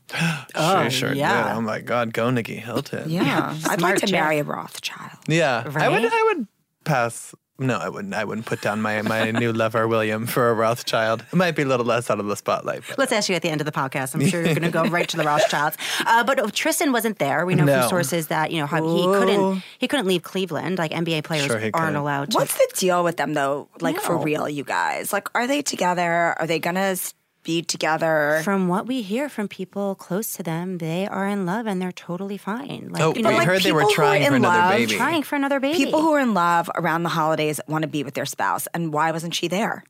Speaker 3: she sure
Speaker 2: yeah.
Speaker 3: did. Oh my God, go Nikki Hilton.
Speaker 5: Yeah. I'd like
Speaker 2: Smart
Speaker 5: to
Speaker 2: chick.
Speaker 5: marry a Rothschild.
Speaker 3: Yeah, I would.
Speaker 2: Right?
Speaker 3: I would pass. No, I wouldn't. I wouldn't put down my my new lover William for a Rothschild. It might be a little less out of the spotlight. but-
Speaker 2: Let's ask you at the end of the podcast. I'm sure you're going to go right to the Rothschilds. Uh, but Tristan wasn't there. We know
Speaker 3: No.
Speaker 2: from sources that you know how- he couldn't he couldn't leave Cleveland. Like NBA players
Speaker 3: Sure he
Speaker 2: aren't
Speaker 3: couldn't.
Speaker 2: allowed to.
Speaker 5: What's the deal with them though? Like for real, you guys. Like, are they together? Are they gonna s- be together?
Speaker 2: From what we hear from people close to them, they are in love and they're totally fine. Like
Speaker 3: Oh,
Speaker 2: you
Speaker 3: we
Speaker 2: know,
Speaker 5: like,
Speaker 3: heard they were
Speaker 5: people who are
Speaker 3: trying for
Speaker 5: in
Speaker 3: another
Speaker 5: love,
Speaker 3: baby.
Speaker 2: trying for another baby.
Speaker 5: People who are in love around the holidays want to be with their spouse, and why wasn't she there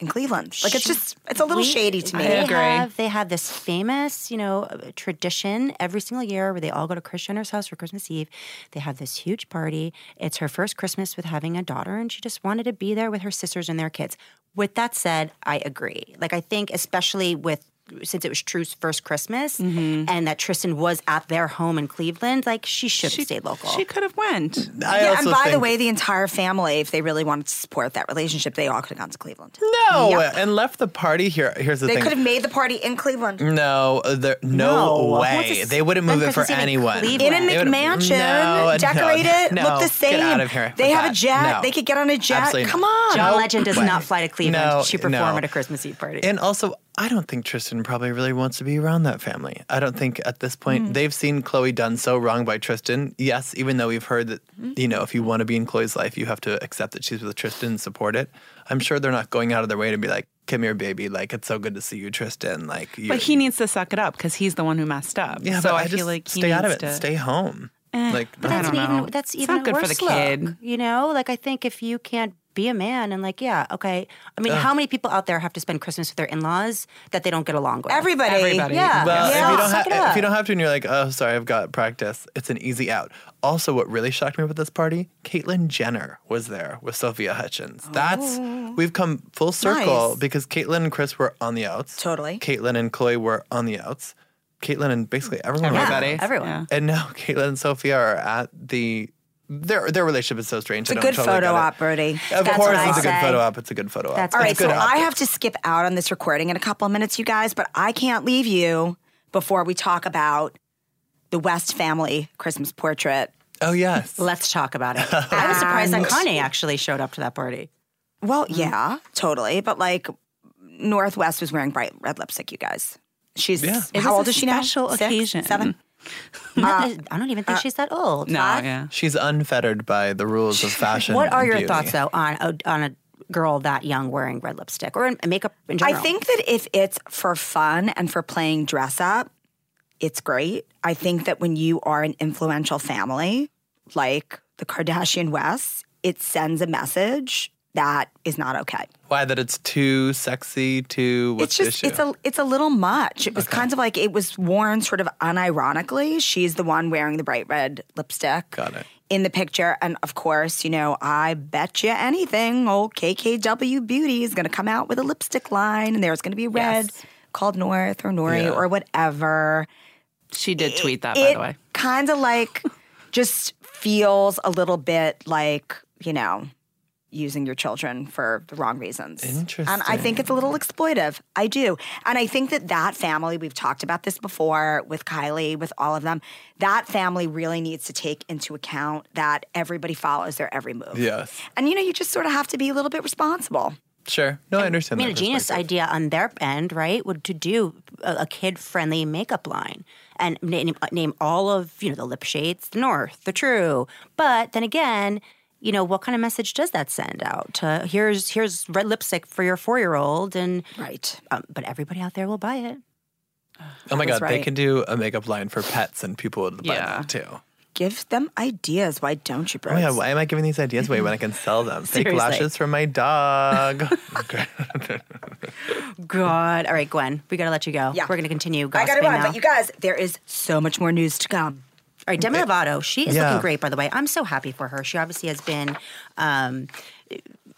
Speaker 5: in Cleveland? Like, it's just it's a little
Speaker 2: We-
Speaker 5: shady to me.
Speaker 2: They
Speaker 4: agree.
Speaker 2: have they have this famous, you know, tradition every single year where they all go to Chris Jenner's house for Christmas Eve. They have this huge party. It's her first Christmas with having a daughter, and she just wanted to be there with her sisters and their kids. With that said, I agree. Like I think, especially with since it was True's first Christmas,
Speaker 5: Mm-hmm.
Speaker 2: and that Tristan was at their home in Cleveland, like she should have stayed local.
Speaker 4: She could have went.
Speaker 3: I
Speaker 5: yeah, and
Speaker 3: also
Speaker 5: by the
Speaker 3: think-
Speaker 5: way, the entire family, if they really wanted to support that relationship, they all could have gone to Cleveland.
Speaker 3: no, and left the party here. Here's the
Speaker 5: They
Speaker 3: thing.
Speaker 5: could have made the party in Cleveland.
Speaker 3: no, uh, there, no,
Speaker 2: No.
Speaker 3: way.
Speaker 2: What's a
Speaker 3: They wouldn't move it
Speaker 2: spend
Speaker 3: for
Speaker 2: Christmas Eve in
Speaker 3: anyone.
Speaker 2: Cleveland?
Speaker 5: in a
Speaker 3: They would-
Speaker 5: McMansion,
Speaker 3: No, no,
Speaker 5: decorate it,
Speaker 3: no,
Speaker 5: look the
Speaker 3: get
Speaker 5: same.
Speaker 3: out of here
Speaker 5: They
Speaker 3: with
Speaker 5: have a
Speaker 3: that.
Speaker 5: jet.
Speaker 3: No.
Speaker 5: They could get on a jet.
Speaker 3: Absolutely
Speaker 5: Come
Speaker 3: not.
Speaker 5: on.
Speaker 2: John Legend does
Speaker 3: way.
Speaker 2: not fly to Cleveland
Speaker 3: No,
Speaker 2: to perform
Speaker 3: no.
Speaker 2: at a Christmas Eve party.
Speaker 3: And also, I don't think Tristan probably really wants to be around that family. I don't think at this
Speaker 4: Mm.
Speaker 3: point they've seen Chloe done so wrong by Tristan. Yes, even though we've heard that,
Speaker 4: Mm-hmm.
Speaker 3: you know, if you want to be in Chloe's life, you have to accept that she's with Tristan and support it. I'm sure they're not going out of their way to be like, come here, baby. Like, it's so good to see you, Tristan. Like, you
Speaker 4: But he needs to suck it up because he's the one who messed up.
Speaker 3: yeah,
Speaker 4: so
Speaker 3: but
Speaker 4: I,
Speaker 3: just
Speaker 4: feel like he
Speaker 3: stay out of it,
Speaker 4: needs to Eh,
Speaker 3: stay home. like,
Speaker 2: But
Speaker 3: I
Speaker 2: that's
Speaker 3: don't
Speaker 2: an
Speaker 3: know.
Speaker 4: know.
Speaker 2: even that's
Speaker 4: It's
Speaker 2: even
Speaker 4: not
Speaker 2: a
Speaker 4: good for
Speaker 2: worse
Speaker 4: the kid.
Speaker 2: look, You know, like I think if you can't be a man and like, yeah, okay. I mean, how many people out there have to spend Christmas with their in-laws that they don't get along with?
Speaker 5: Everybody.
Speaker 4: Everybody.
Speaker 5: Yeah.
Speaker 3: Well,
Speaker 5: yeah.
Speaker 3: if, you don't
Speaker 2: suck it
Speaker 3: ha-
Speaker 2: up.
Speaker 3: if you don't have to, and you're like, oh, sorry, I've got practice, it's an easy out. Also, what really shocked me about this party, Caitlyn Jenner was there with Sophia Hutchins. That's we've come full circle
Speaker 5: Oh. Nice.
Speaker 3: because Caitlyn and Chris were on the outs.
Speaker 5: Totally.
Speaker 3: Caitlyn and Chloe were on the outs. Caitlyn and basically everyone. was-
Speaker 2: Yeah,
Speaker 4: Everybody.
Speaker 2: everyone.
Speaker 4: Yeah.
Speaker 3: And now Caitlyn and Sophia are at the their their relationship is so strange.
Speaker 5: It's a good photo op, Brody.
Speaker 3: Of
Speaker 5: That's
Speaker 3: course,
Speaker 5: what I
Speaker 3: it's a good
Speaker 5: say.
Speaker 3: photo op. It's a good photo op.
Speaker 2: That's
Speaker 5: All right,
Speaker 3: It's good
Speaker 5: so
Speaker 3: op.
Speaker 5: I have to skip out on this recording in a couple of minutes, you guys, but I can't leave you before we talk about the West family Christmas portrait.
Speaker 3: Oh yes.
Speaker 2: Let's talk about it. I was surprised that Kanye actually showed up to that party.
Speaker 5: Well,
Speaker 3: Mm-hmm.
Speaker 5: yeah, totally. But like, Northwest was wearing bright red lipstick, you guys. She's
Speaker 3: Yeah. Mm-hmm.
Speaker 4: It
Speaker 5: how
Speaker 4: was
Speaker 5: old
Speaker 4: a
Speaker 5: is she now?
Speaker 4: special
Speaker 5: Six?
Speaker 4: occasion.
Speaker 5: Seven?
Speaker 2: Not that- Uh, I don't even think she's that old.
Speaker 4: uh, No,
Speaker 2: Five?
Speaker 4: yeah.
Speaker 3: She's unfettered by the rules of fashion.
Speaker 2: What are
Speaker 3: and
Speaker 2: your
Speaker 3: beauty.
Speaker 2: thoughts though on a, on a girl that young wearing red lipstick or in, makeup in
Speaker 5: I
Speaker 2: general?
Speaker 5: think that if it's for fun and for playing dress up, it's great. I think that when you are an influential family like the Kardashian Wests, it sends a message that is not okay.
Speaker 3: Why that it's too sexy? Too what's
Speaker 5: it's just
Speaker 3: the issue?
Speaker 5: it's a it's a little much. It was kind of like it was worn sort of unironically. She's the one wearing the bright red lipstick.
Speaker 3: Got it.
Speaker 5: In the picture, and of course, you know, I bet you anything, old KKW Beauty is going to come out with a lipstick line, and there's going to be a red called North or Nori
Speaker 3: Yeah.
Speaker 5: or whatever.
Speaker 4: She did tweet that, by
Speaker 5: it
Speaker 4: the way.
Speaker 5: kind of like just feels a little bit like you know using your children for the wrong reasons. And I think it's a little exploitive. I do. And I think that that family, we've talked about this before with Kylie, with all of them, that family really needs to take into account that everybody follows their every move.
Speaker 3: yes.
Speaker 5: And you know, you just sort of have to be a little bit responsible.
Speaker 3: Sure. No, I
Speaker 2: I
Speaker 3: understand.
Speaker 2: mean, a
Speaker 3: that
Speaker 2: genius
Speaker 3: perspective.
Speaker 2: idea on their end, right, would to do a, a kid-friendly makeup line and name, name all of you know the lip shades, the North, the True. But then again, you know, what kind of message does that send out? To here's here's red lipstick for your four-year-old, and
Speaker 5: Right.
Speaker 2: um, but everybody out there will buy it.
Speaker 3: Oh my
Speaker 5: That was
Speaker 3: god, they
Speaker 5: right.
Speaker 3: can do a makeup line for pets, and people would buy
Speaker 4: Yeah.
Speaker 3: that too.
Speaker 5: Give them ideas. Why don't you, bro?
Speaker 3: Oh my god, why am I giving these ideas away when I can sell them? Fake
Speaker 2: Seriously.
Speaker 3: lashes for my dog. okay.
Speaker 2: God, all right, Gwen, we gotta let you go.
Speaker 5: Yeah.
Speaker 2: we're gonna continue.
Speaker 5: I gotta
Speaker 2: gossiping
Speaker 5: run,
Speaker 2: now.
Speaker 5: but you guys, there is so much more news to come.
Speaker 2: All right, Demi Lovato. She is
Speaker 3: Yeah.
Speaker 2: looking great, by the way. I'm so happy for her. She obviously has been um,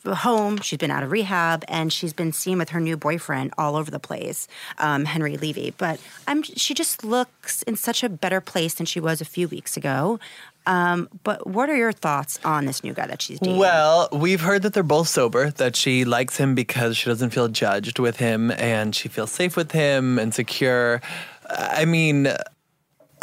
Speaker 2: home. She's been out of rehab, and she's been seen with her new boyfriend all over the place, um, Henry Levy. But I'm. She just looks in such a better place than she was a few weeks ago. Um, but what are your thoughts on this new guy that she's dating?
Speaker 3: Well, we've heard that they're both sober, that she likes him because she doesn't feel judged with him and she feels safe with him and secure. I mean,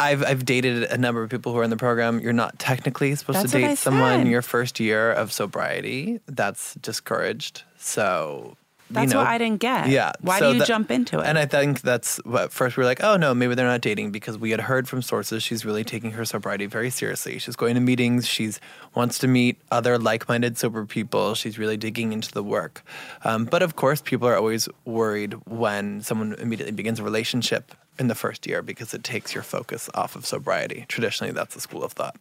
Speaker 3: I've I've dated a number of people who are in the program. You're not technically supposed
Speaker 4: That's
Speaker 3: to
Speaker 4: what I
Speaker 3: date someone
Speaker 4: said.
Speaker 3: your first year of sobriety. That's discouraged. So you
Speaker 4: That's
Speaker 3: know,
Speaker 4: what I didn't get.
Speaker 3: Yeah.
Speaker 4: Why
Speaker 3: so
Speaker 4: do you
Speaker 3: that-
Speaker 4: jump into it?
Speaker 3: And I think that's what first we were like, oh no, maybe they're not dating because we had heard from sources she's really taking her sobriety very seriously. She's going to meetings. She's wants to meet other like-minded sober people. She's really digging into the work. Um, but of course, people are always worried when someone immediately begins a relationship in the first year because it takes your focus off of sobriety. Traditionally, that's the school of thought.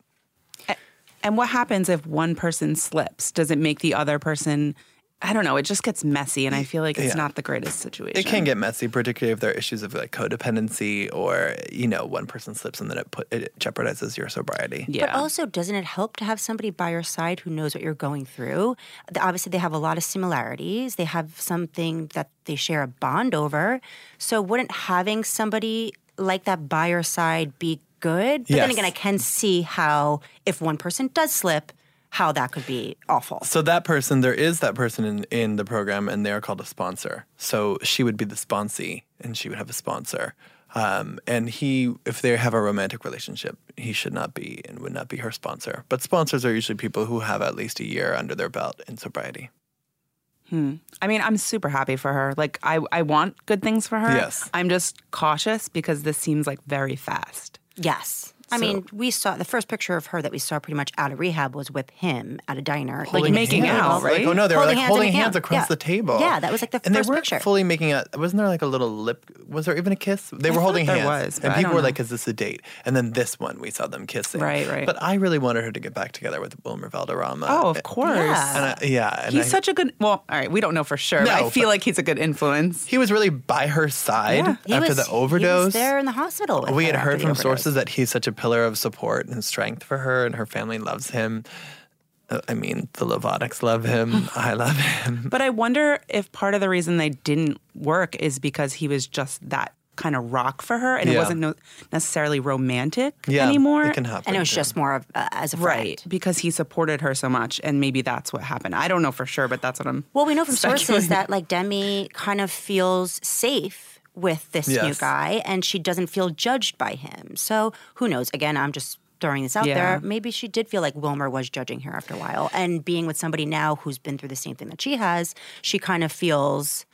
Speaker 4: And what happens if one person slips? Does it make the other person? I don't know. It just gets messy, and I feel like it's
Speaker 3: Yeah.
Speaker 4: not the greatest situation.
Speaker 3: It can get messy, particularly if there are issues of like codependency or you know one person slips and then it put it jeopardizes your sobriety.
Speaker 4: Yeah.
Speaker 2: But also, doesn't it help to have somebody by your side who knows what you're going through? Th- Obviously, they have a lot of similarities. They have something that they share a bond over. So, wouldn't having somebody like that by your side be good? But
Speaker 3: Yes.
Speaker 2: then again, I can see how if one person does slip, how that could be awful.
Speaker 3: So that person, there is that person in, in the program, and they are called a sponsor. So she would be the sponsee, and she would have a sponsor. Um, and he, if they have a romantic relationship, he should not be and would not be her sponsor. But sponsors are usually people who have at least a year under their belt in sobriety.
Speaker 4: I mean, I'm super happy for her. Like, I, I want good things for her.
Speaker 3: Yes.
Speaker 4: I'm just cautious because this seems like very fast.
Speaker 2: Yes. I mean, we saw the first picture of her that we saw pretty much out of rehab was with him at a diner,
Speaker 4: Holding making
Speaker 2: in a
Speaker 4: out,
Speaker 2: table.
Speaker 4: right?
Speaker 3: Like, oh no, they were
Speaker 2: Holding
Speaker 3: like
Speaker 2: hands
Speaker 3: holding
Speaker 2: in a-
Speaker 3: hands
Speaker 2: yeah,
Speaker 3: across
Speaker 2: yeah.
Speaker 3: the table.
Speaker 2: Yeah, that was like the
Speaker 3: and they
Speaker 2: first
Speaker 3: weren't
Speaker 2: picture.
Speaker 3: fully making out. Wasn't there like a little lip? Was there even a kiss? They were holding
Speaker 4: there
Speaker 3: hands.
Speaker 4: was, but
Speaker 3: and
Speaker 4: I
Speaker 3: people
Speaker 4: don't
Speaker 3: were
Speaker 4: know.
Speaker 3: like, "Is this a date?" And then this one, we saw them kissing.
Speaker 4: Right, right.
Speaker 3: But I really wanted her to get back together with Wilmer Valderrama.
Speaker 4: Oh, of course.
Speaker 2: Yeah.
Speaker 3: Uh, And I, yeah, and
Speaker 4: He's
Speaker 3: I-
Speaker 4: such a good. Well, all right, we don't know for sure. but
Speaker 3: No,
Speaker 4: I feel
Speaker 3: but-
Speaker 4: like he's a good influence.
Speaker 3: He was really by her side
Speaker 4: Yeah.
Speaker 2: He
Speaker 3: after
Speaker 2: was-
Speaker 3: the
Speaker 2: he was
Speaker 3: overdose.
Speaker 2: there in the hospital. with
Speaker 3: we
Speaker 2: her
Speaker 3: had
Speaker 2: after
Speaker 3: heard
Speaker 2: the
Speaker 3: from
Speaker 2: overdose.
Speaker 3: sources that he's such a pillar of support and strength for her, and her family loves him. Uh, I mean, the Lovatics love him. I love him.
Speaker 4: But I wonder if part of the reason they didn't work is because he was just that kind of rock for her, and
Speaker 3: Yeah.
Speaker 4: it wasn't no, necessarily romantic
Speaker 3: Yeah,
Speaker 4: anymore.
Speaker 3: it can happen.
Speaker 2: and it was just more of uh, as a friend.
Speaker 4: um, Right, because he supported her so much, and maybe that's what happened. I don't know for sure, but that's what I'm.
Speaker 2: Well, we know from sources that like Demi kind of feels safe with this new
Speaker 3: Yes.
Speaker 2: guy and she doesn't feel judged by him. So who knows? Again, I'm just throwing this out
Speaker 4: Yeah.
Speaker 2: there. Maybe she did feel like Wilmer was judging her after a while. And being with somebody now who's been through the same thing that she has, she kind of feels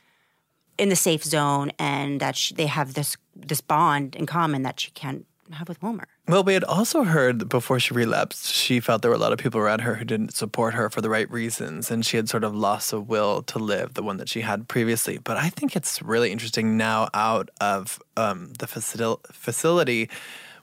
Speaker 2: in the safe zone and that she, they have this this bond in common that she can't have with Wilmer.
Speaker 3: Well, we had also heard that before she relapsed, she felt there were a lot of people around her who didn't support her for the right reasons, and she had sort of lost a will to live, the one that she had previously. But I think it's really interesting now out of um, the facil- facility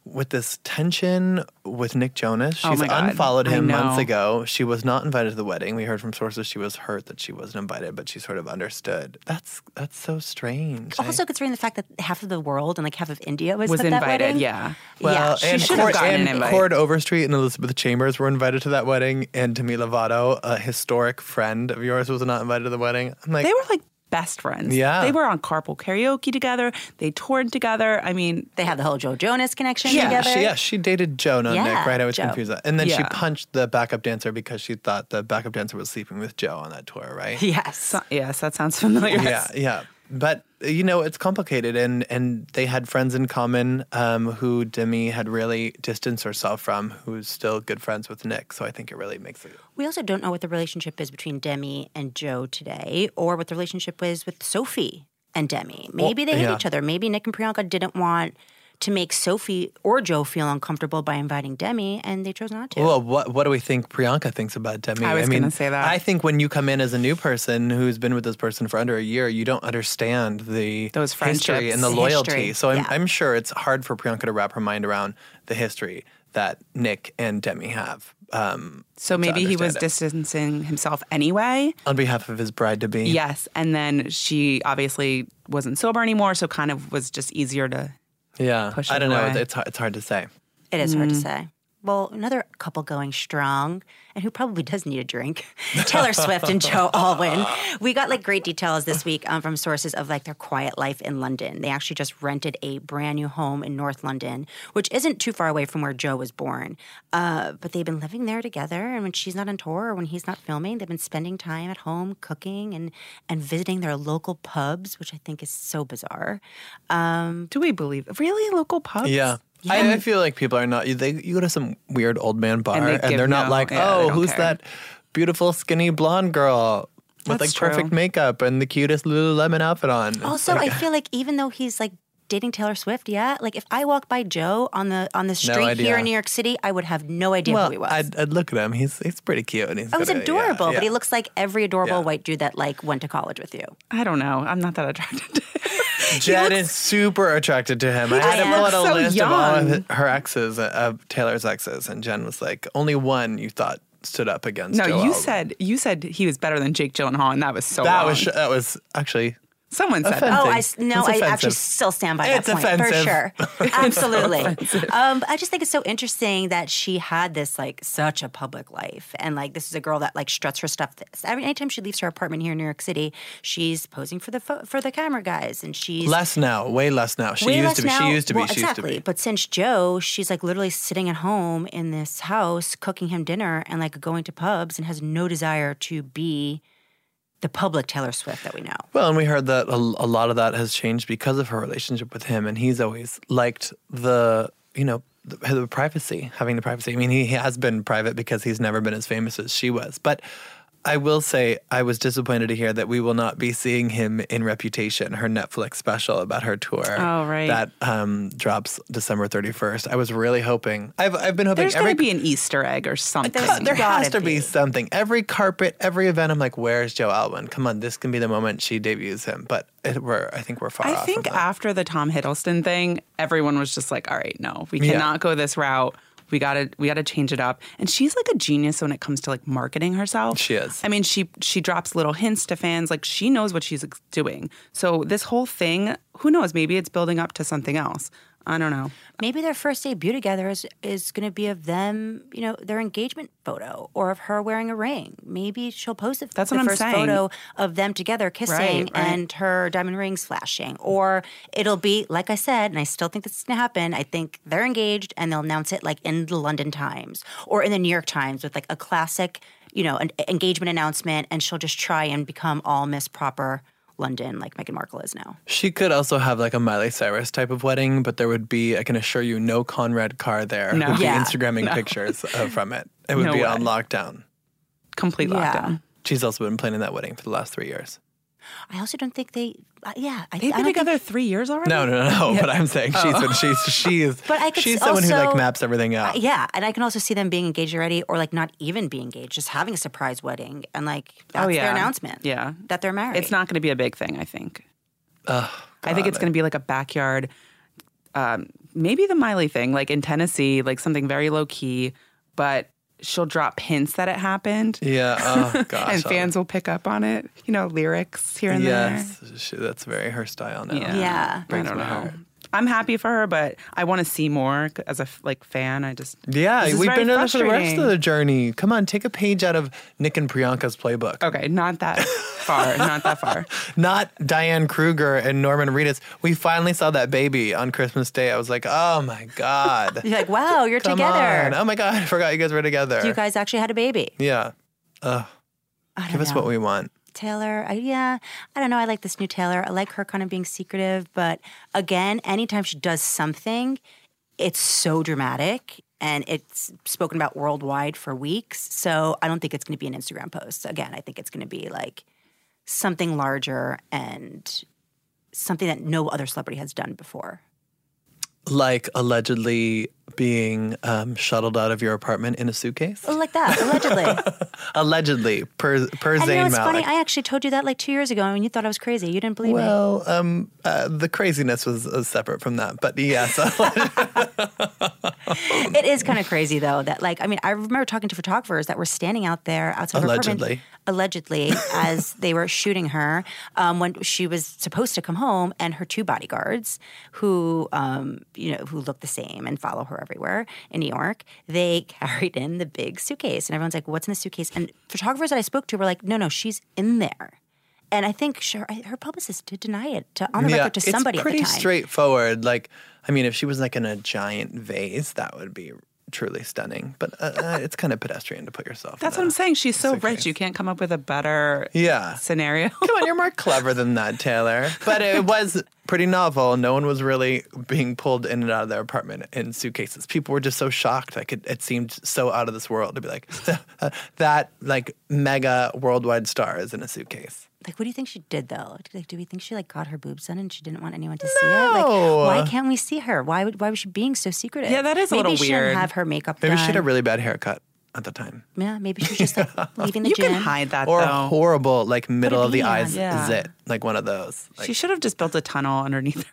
Speaker 3: with this tension with Nick Jonas.
Speaker 4: Oh
Speaker 3: She's
Speaker 4: my God.
Speaker 3: unfollowed
Speaker 4: I
Speaker 3: him months
Speaker 4: know.
Speaker 3: ago. She was not invited to the wedding. We heard from sources she was hurt that she wasn't invited, but she sort of understood. That's that's so strange. I-
Speaker 2: Also considering the fact that half of the world and like half of India was,
Speaker 4: Was
Speaker 2: at that
Speaker 4: invited,
Speaker 2: wedding.
Speaker 4: yeah.
Speaker 2: yeah.
Speaker 3: Well,
Speaker 4: she
Speaker 3: and,
Speaker 4: should have
Speaker 3: Cord,
Speaker 4: gotten an
Speaker 3: and
Speaker 4: invite.
Speaker 3: Cord Overstreet and Elizabeth Chambers were invited to that wedding, and Demi Lovato, a historic friend of yours, was not invited to the wedding. I'm like,
Speaker 4: They were like best friends.
Speaker 3: Yeah.
Speaker 4: they were on carpool karaoke together. They toured together. I mean,
Speaker 2: They have the whole Joe Jonas connection
Speaker 3: yeah,
Speaker 2: together.
Speaker 3: she, yeah, she dated Joe, not Nick,
Speaker 2: Yeah,
Speaker 3: right? I was
Speaker 2: Joe.
Speaker 3: confused. And then she
Speaker 4: Yeah.
Speaker 3: punched the backup dancer because she thought the backup dancer was sleeping with Joe on that tour, right?
Speaker 2: Yes.
Speaker 4: so- yes, that sounds familiar.
Speaker 3: Yeah, yeah. But you know, it's complicated, and and they had friends in common um, who Demi had really distanced herself from, who's still good friends with Nick. So I think it really makes it
Speaker 2: We also don't know what the relationship is between Demi and Joe today, or what the relationship is with Sophie and Demi. Maybe they hate
Speaker 3: yeah.
Speaker 2: each other. Maybe Nick and Priyanka didn't want to make Sophie or Joe feel uncomfortable by inviting Demi, and they chose not to.
Speaker 3: Well, what what do we think Priyanka thinks about Demi?
Speaker 4: I was
Speaker 3: mean,
Speaker 4: gonna say that.
Speaker 3: I think when you come in as a new person who's been with this person for under a year, you don't understand the
Speaker 4: Those
Speaker 3: history and
Speaker 4: friendships.
Speaker 3: the
Speaker 4: The
Speaker 3: loyalty.
Speaker 2: history,
Speaker 3: So I'm,
Speaker 2: yeah.
Speaker 3: I'm sure it's hard for Priyanka to wrap her mind around the history that Nick and Demi have um,
Speaker 4: So maybe he was
Speaker 3: understand it.
Speaker 4: distancing himself anyway.
Speaker 3: on behalf of his bride to be.
Speaker 4: Yes, and then she obviously wasn't sober anymore, so kind of was just easier to.
Speaker 3: yeah.
Speaker 4: Push
Speaker 3: I
Speaker 4: it
Speaker 3: don't know.
Speaker 4: away.
Speaker 3: It's it's hard, it's hard to say.
Speaker 2: it is hard to say. Well, another couple going strong, and who probably does need a drink, Taylor Swift and Joe Alwyn. We got like great details this week um, from sources of like their quiet life in London. They actually just rented a brand new home in North London, which isn't too far away from where Joe was born. Uh, but they've been living there together, and when she's not on tour or when he's not filming, they've been spending time at home cooking and and visiting their local pubs, which I think is so bizarre.
Speaker 4: Do we believe really local pubs?
Speaker 3: Yeah. I, I feel like people are not. They you go to some weird old man bar and,
Speaker 4: they give
Speaker 3: they are not
Speaker 4: no-
Speaker 3: like,
Speaker 4: yeah, they
Speaker 3: oh,
Speaker 4: don't
Speaker 3: who's
Speaker 4: care."
Speaker 3: that beautiful skinny blonde girl with
Speaker 4: That's
Speaker 3: like perfect
Speaker 4: true.
Speaker 3: makeup and the cutest Lululemon outfit on. It's
Speaker 2: Also,
Speaker 3: like,
Speaker 2: I feel like even though he's like dating Taylor Swift, yeah, like if I walk by Joe on the on the
Speaker 3: No
Speaker 2: street here
Speaker 3: idea.
Speaker 2: in New York City, I would have no idea
Speaker 3: well,
Speaker 2: who he was.
Speaker 3: I'd, I'd look at him. He's he's pretty cute and he's.
Speaker 2: oh, he's
Speaker 3: got a- yeah,
Speaker 2: adorable,
Speaker 3: yeah.
Speaker 2: but he looks like every adorable
Speaker 3: Yeah.
Speaker 2: white dude that like went to college with you.
Speaker 4: I don't know. I'm not that attracted to him.
Speaker 3: Jen is super attracted to him. I had to
Speaker 2: just
Speaker 3: pull out
Speaker 4: looks
Speaker 3: a
Speaker 4: so
Speaker 3: list of all of
Speaker 4: young.
Speaker 3: her exes, uh, of Taylor's exes, and Jen was like, only one you thought stood up against.
Speaker 4: No,
Speaker 3: Joel.
Speaker 4: you said you said he was better than Jake Gyllenhaal, and that was so.
Speaker 3: that
Speaker 4: wrong.
Speaker 3: was that was actually
Speaker 4: someone said
Speaker 3: offensive.
Speaker 4: that.
Speaker 2: Oh, I
Speaker 3: It's
Speaker 2: s- no, I actually
Speaker 3: offensive.
Speaker 2: still stand by
Speaker 3: It's
Speaker 2: that point
Speaker 3: offensive.
Speaker 2: for sure. Absolutely. um, but I just think it's so interesting that she had this like such a public life, and like this is a girl that like struts her stuff. This every anytime she leaves her apartment here in New York City, she's posing for the pho- for the camera guys, and she's
Speaker 3: less now, way less now. She
Speaker 2: Way
Speaker 3: used
Speaker 2: less
Speaker 3: to be.
Speaker 2: now-
Speaker 3: She used to be.
Speaker 2: Well,
Speaker 3: she
Speaker 2: exactly.
Speaker 3: used to be.
Speaker 2: But since Joe, she's like literally sitting at home in this house cooking him dinner and like going to pubs and has no desire to be the public Taylor Swift that we know.
Speaker 3: Well, and we heard that a, a lot of that has changed because of her relationship with him, and he's always liked the, you know, the, the privacy, having the privacy. I mean, he, he has been private because he's never been as famous as she was, but I will say I was disappointed to hear that we will not be seeing him in Reputation, her Netflix special about her tour.
Speaker 4: Oh, right.
Speaker 3: That um, drops December 31st. I was really hoping. I've, I've been hoping
Speaker 4: There's
Speaker 3: every
Speaker 4: going to be an Easter egg or something.
Speaker 3: Uh, there has to be. something. Every carpet, every event, I'm like, where's Joe Alwyn? Come on, this can be the moment she debuts him. But it, we're, I think we're far
Speaker 4: I
Speaker 3: off.
Speaker 4: think
Speaker 3: of that.
Speaker 4: after the Tom Hiddleston thing, everyone was just like, "All right, no, we
Speaker 3: Yeah.
Speaker 4: cannot go this route. We gotta, we gotta change it up." And she's like a genius when it comes to like marketing herself.
Speaker 3: She is.
Speaker 4: I mean, she she drops little hints to fans. Like she knows what she's doing. So this whole thing, who knows? Maybe it's building up to something else. I don't know.
Speaker 2: Maybe their first debut together is is going to be of them, you know, their engagement photo or of her wearing a ring. Maybe she'll post it.
Speaker 4: That's
Speaker 2: the
Speaker 4: what I'm
Speaker 2: first
Speaker 4: saying.
Speaker 2: photo of them together kissing
Speaker 4: Right, right.
Speaker 2: and her diamond rings flashing. Or it'll be like I said, and I still think this is going to happen. I think they're engaged and they'll announce it like in the London Times or in the New York Times with like a classic, you know, an engagement announcement, and she'll just try and become all Miss Proper London like Meghan Markle is now.
Speaker 3: she could also have like a Miley Cyrus type of wedding, but there would be, I can assure you, no Conrad Carr there
Speaker 4: No.
Speaker 3: who'd be
Speaker 2: Yeah.
Speaker 3: Instagramming pictures uh, from it. It would
Speaker 4: No
Speaker 3: be
Speaker 4: way.
Speaker 3: on lockdown.
Speaker 4: Complete
Speaker 2: Yeah.
Speaker 4: lockdown.
Speaker 3: She's also been planning that wedding for the last three years.
Speaker 2: I also don't think they. Uh, yeah, I, I
Speaker 4: They've been
Speaker 2: don't think-
Speaker 4: together three years already.
Speaker 3: No, no, no, no. But I'm saying she's
Speaker 4: Oh.
Speaker 3: been, she's she's
Speaker 2: But I could
Speaker 3: she's
Speaker 2: s-
Speaker 3: someone who like
Speaker 2: also-
Speaker 3: maps everything out.
Speaker 2: Uh, Yeah, and I can also see them being engaged already, or like not even being engaged, just having a surprise wedding, and like that's
Speaker 4: yeah.
Speaker 2: their announcement.
Speaker 4: Yeah.
Speaker 2: that they're married.
Speaker 4: It's not going to be a big thing, I think. I think it's going to be like a backyard, um, maybe the Miley thing, like in Tennessee, like something very low key, but she'll drop hints that it happened.
Speaker 3: Yeah. Oh gosh.
Speaker 4: and fans will pick up on it. You know, lyrics here and
Speaker 3: Yes, she, that's very her style now.
Speaker 4: there.
Speaker 2: Yeah.
Speaker 4: I don't know. I'm happy for her, but I want to see more c- as a f- like fan. I just
Speaker 3: Yeah,
Speaker 4: This is
Speaker 3: we've
Speaker 4: very
Speaker 3: been doing this for the rest
Speaker 4: frustrating.
Speaker 3: of the journey. Come on, take a page out of Nick and Priyanka's playbook.
Speaker 4: okay, not that far, not that far.
Speaker 3: Not Diane Kruger and Norman Reedus. We finally saw that baby on Christmas Day. I was like, oh my God.
Speaker 2: You're like, wow, you're
Speaker 3: Come on.
Speaker 2: together.
Speaker 3: Oh my God, I forgot you guys were together.
Speaker 2: You guys actually had a baby.
Speaker 3: yeah. Ugh.
Speaker 2: I don't
Speaker 3: Give us
Speaker 2: know.
Speaker 3: what we want.
Speaker 2: Taylor. I, yeah, I don't know. I like this new Taylor. I like her kind of being secretive, but again, anytime she does something, it's so dramatic and it's spoken about worldwide for weeks. So I don't think it's going to be an Instagram post. Again, I think it's going to be like something larger and something that no other celebrity has done before.
Speaker 3: Like allegedly being um, shuttled out of your apartment in a suitcase.
Speaker 2: Like that, allegedly.
Speaker 3: Allegedly, per, per
Speaker 2: and you
Speaker 3: Zayn
Speaker 2: know, it's
Speaker 3: Malik.
Speaker 2: funny. I actually told you that like two years ago, and you thought I was crazy. You didn't believe me.
Speaker 3: Well, um, uh, the craziness was uh, separate from that, but yes,
Speaker 2: It is kind of crazy though that like I mean I remember talking to photographers that were standing out there outside of her
Speaker 3: Allegedly.
Speaker 2: apartment allegedly as they were shooting her um, when she was supposed to come home and her two bodyguards who um, you know who look the same and follow her everywhere in New York they carried in the big suitcase and everyone's like what's in the suitcase and photographers that I spoke to were like no no she's in there. And I think sure, her publicist did deny it to, on the record to somebody
Speaker 3: It's pretty
Speaker 2: at the time.
Speaker 3: straightforward. Like, I mean, if she was like in a giant vase, that would be truly stunning. But uh, uh, it's kind of pedestrian to put yourself.
Speaker 4: That's
Speaker 3: in
Speaker 4: what I'm
Speaker 3: a-
Speaker 4: saying. She's so
Speaker 3: It's okay.
Speaker 4: rich, you can't come up with a better
Speaker 3: Yeah.
Speaker 4: scenario.
Speaker 3: Come on, you're more clever than that, Taylor. But it was pretty novel. No one was really being pulled in and out of their apartment in suitcases. People were just so shocked. Like it, it seemed so out of this world to be like that, like mega worldwide star is in a suitcase.
Speaker 2: Like, what do you think she did though? Like, do we think she like got her boobs done and she didn't want anyone to see it? Like,
Speaker 3: No.
Speaker 2: why can't we see her? Why would why was she being so secretive?
Speaker 4: Yeah, that is a
Speaker 2: maybe
Speaker 4: little
Speaker 2: she didn't
Speaker 4: weird.
Speaker 2: have her makeup
Speaker 3: Maybe
Speaker 2: done.
Speaker 3: she had a really bad haircut at the time.
Speaker 2: yeah, maybe she was just like leaving the
Speaker 4: you
Speaker 2: gym.
Speaker 4: can hide that
Speaker 3: or a
Speaker 4: though.
Speaker 3: horrible like middle of the
Speaker 2: band.
Speaker 3: eyes
Speaker 4: Yeah.
Speaker 3: zit, like one of those. Like,
Speaker 4: she should have just built a tunnel underneath her.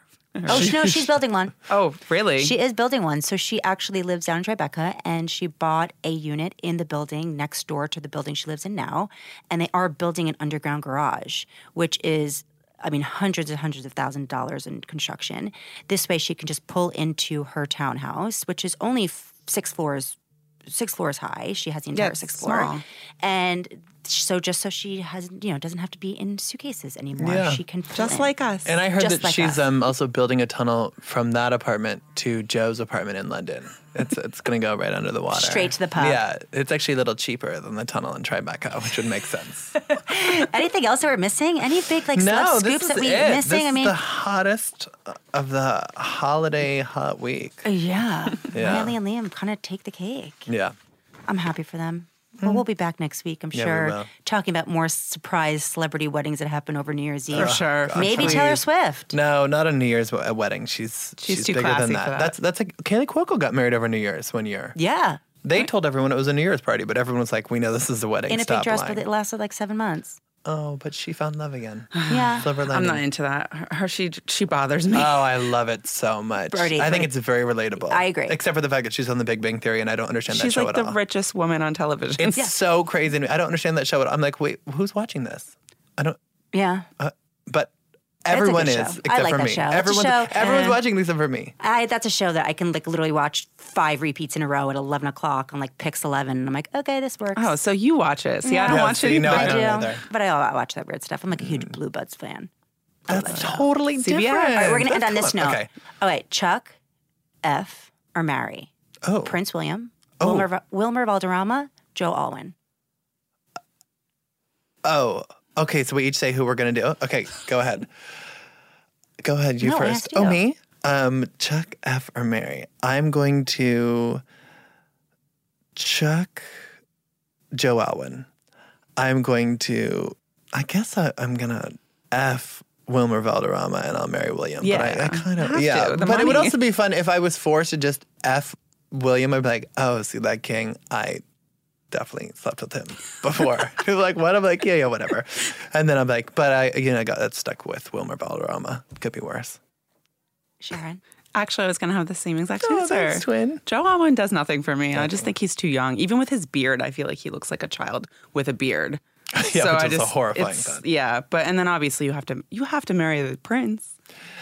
Speaker 2: Oh she- no, she's building one.
Speaker 4: Oh, really?
Speaker 2: She is building one. So she actually lives down in Tribeca and she bought a unit in the building next door to the building she lives in now. And they are building an underground garage, which is, I mean, hundreds and hundreds of thousands of dollars in construction. This way she can just pull into her townhouse, which is only f- six floors. Six floors high. She has the entire
Speaker 4: it's
Speaker 2: sixth
Speaker 4: small.
Speaker 2: floor, and so just so she has, you know, doesn't have to be in suitcases anymore.
Speaker 3: Yeah.
Speaker 2: She can pull
Speaker 4: just
Speaker 2: in.
Speaker 4: like us.
Speaker 3: and I heard
Speaker 2: just
Speaker 3: that
Speaker 2: like us.
Speaker 3: she's um, also building a tunnel from that apartment to Joe's apartment in London. It's it's gonna go right under the water,
Speaker 2: Straight to the pub.
Speaker 3: Yeah, it's actually a little cheaper than the tunnel in Tribeca, which would make sense.
Speaker 2: Anything else that we're missing? Any big like celeb
Speaker 3: no, this
Speaker 2: scoops
Speaker 3: is
Speaker 2: that
Speaker 3: it.
Speaker 2: we
Speaker 3: This
Speaker 2: missing? I
Speaker 3: is
Speaker 2: mean,
Speaker 3: the hottest of the holiday hot week.
Speaker 2: Yeah.
Speaker 3: Yeah.
Speaker 2: Riley and Liam kind of take the cake.
Speaker 3: Yeah.
Speaker 2: I'm happy for them. Well, we'll be back next week, I'm
Speaker 3: Yeah, we
Speaker 2: sure,
Speaker 3: will.
Speaker 2: talking about more surprise celebrity weddings that happen over New Year's Eve.
Speaker 4: For sure. for
Speaker 2: Maybe
Speaker 4: sure.
Speaker 2: Taylor Swift.
Speaker 3: No, not a New Year's we- a wedding. She's
Speaker 4: She's
Speaker 3: she's,
Speaker 4: too
Speaker 3: bigger
Speaker 4: classy
Speaker 3: than that.
Speaker 4: for that.
Speaker 3: That's that's like Kaylee Cuoco got married over New Year's one year.
Speaker 2: Yeah.
Speaker 3: They told everyone it was a New Year's party, but everyone was like, "We know this is a wedding."
Speaker 2: In a
Speaker 3: Stop
Speaker 2: pink dress,
Speaker 3: lying.
Speaker 2: but it lasted like seven months.
Speaker 3: oh, but she found love again.
Speaker 2: Yeah.
Speaker 3: Silver
Speaker 4: I'm
Speaker 3: lining.
Speaker 4: not into that. Her, her- she she bothers me.
Speaker 3: Oh, I love it so much.
Speaker 2: Birdie,
Speaker 3: I think
Speaker 2: Birdie.
Speaker 3: it's very relatable.
Speaker 2: I agree.
Speaker 3: Except for the fact that she's on The Big Bang Theory, and I don't understand that
Speaker 4: She's
Speaker 3: show
Speaker 4: like
Speaker 3: at
Speaker 4: the
Speaker 3: all.
Speaker 4: richest woman on television.
Speaker 3: it's so crazy. to me. I don't understand that show at all. I'm like, wait, who's watching this? I don't.
Speaker 2: Yeah.
Speaker 3: But
Speaker 2: a
Speaker 3: everyone
Speaker 2: good
Speaker 3: is,
Speaker 2: show.
Speaker 3: except
Speaker 2: I like
Speaker 3: for
Speaker 2: that
Speaker 3: me.
Speaker 2: show. It's a
Speaker 3: Everyone's,
Speaker 2: show.
Speaker 3: everyone's
Speaker 2: Eh.
Speaker 3: watching except for me.
Speaker 2: I, that's a show that I can like literally watch five repeats in a row at 11 o'clock on like Pix 11. And I'm like, okay, this works.
Speaker 4: Oh, so you watch it? See, I don't
Speaker 3: Yeah,
Speaker 4: watch
Speaker 3: see,
Speaker 4: it.
Speaker 3: no, I
Speaker 2: I
Speaker 3: don't
Speaker 2: do.
Speaker 3: either. Mm.
Speaker 2: But I, I watch that weird stuff. I'm like a huge Blue Buds fan.
Speaker 3: That's totally different.
Speaker 2: All right, we're going to end on
Speaker 3: That's
Speaker 2: this
Speaker 3: cool.
Speaker 2: note.
Speaker 3: Okay.
Speaker 2: All right, Chuck, F, or Mary?
Speaker 3: Oh,
Speaker 2: Prince William, Wilmer, Wilmer Valderrama, Joe Alwyn.
Speaker 3: oh. Okay, so we each say who we're going to do. Okay, go ahead. Go ahead, you
Speaker 2: No, I
Speaker 3: first.
Speaker 2: asked
Speaker 3: Oh,
Speaker 2: you.
Speaker 3: me? Um, Chuck F or Mary? I'm going to Chuck Joe Alwyn. I'm going to. I guess I, I'm gonna f Wilmer Valderrama and I'll marry William. but I,
Speaker 4: Yeah.
Speaker 3: I kind
Speaker 4: Have
Speaker 3: of
Speaker 4: to,
Speaker 3: yeah.
Speaker 4: the
Speaker 3: but it would
Speaker 4: money.
Speaker 3: also be fun if I was forced to just f William. I'd be like, oh, see that king. I definitely slept with him before. He's like, what? I'm like, yeah, yeah, whatever. And then I'm like, but I, you know, I got that stuck with Wilmer Valderrama. Could be worse.
Speaker 2: Sharon.
Speaker 4: Actually, I was going to have the same exact
Speaker 3: Oh,
Speaker 4: answer.
Speaker 3: thanks, twin.
Speaker 4: Joe Alwyn does nothing for me. I just think he's too young. Even with his beard, I feel like he looks like a child with a beard.
Speaker 3: Yeah,
Speaker 4: so
Speaker 3: which
Speaker 4: I
Speaker 3: is a
Speaker 4: just,
Speaker 3: horrifying
Speaker 4: it's-
Speaker 3: thought.
Speaker 4: Yeah, but and then obviously you have to you have to marry the prince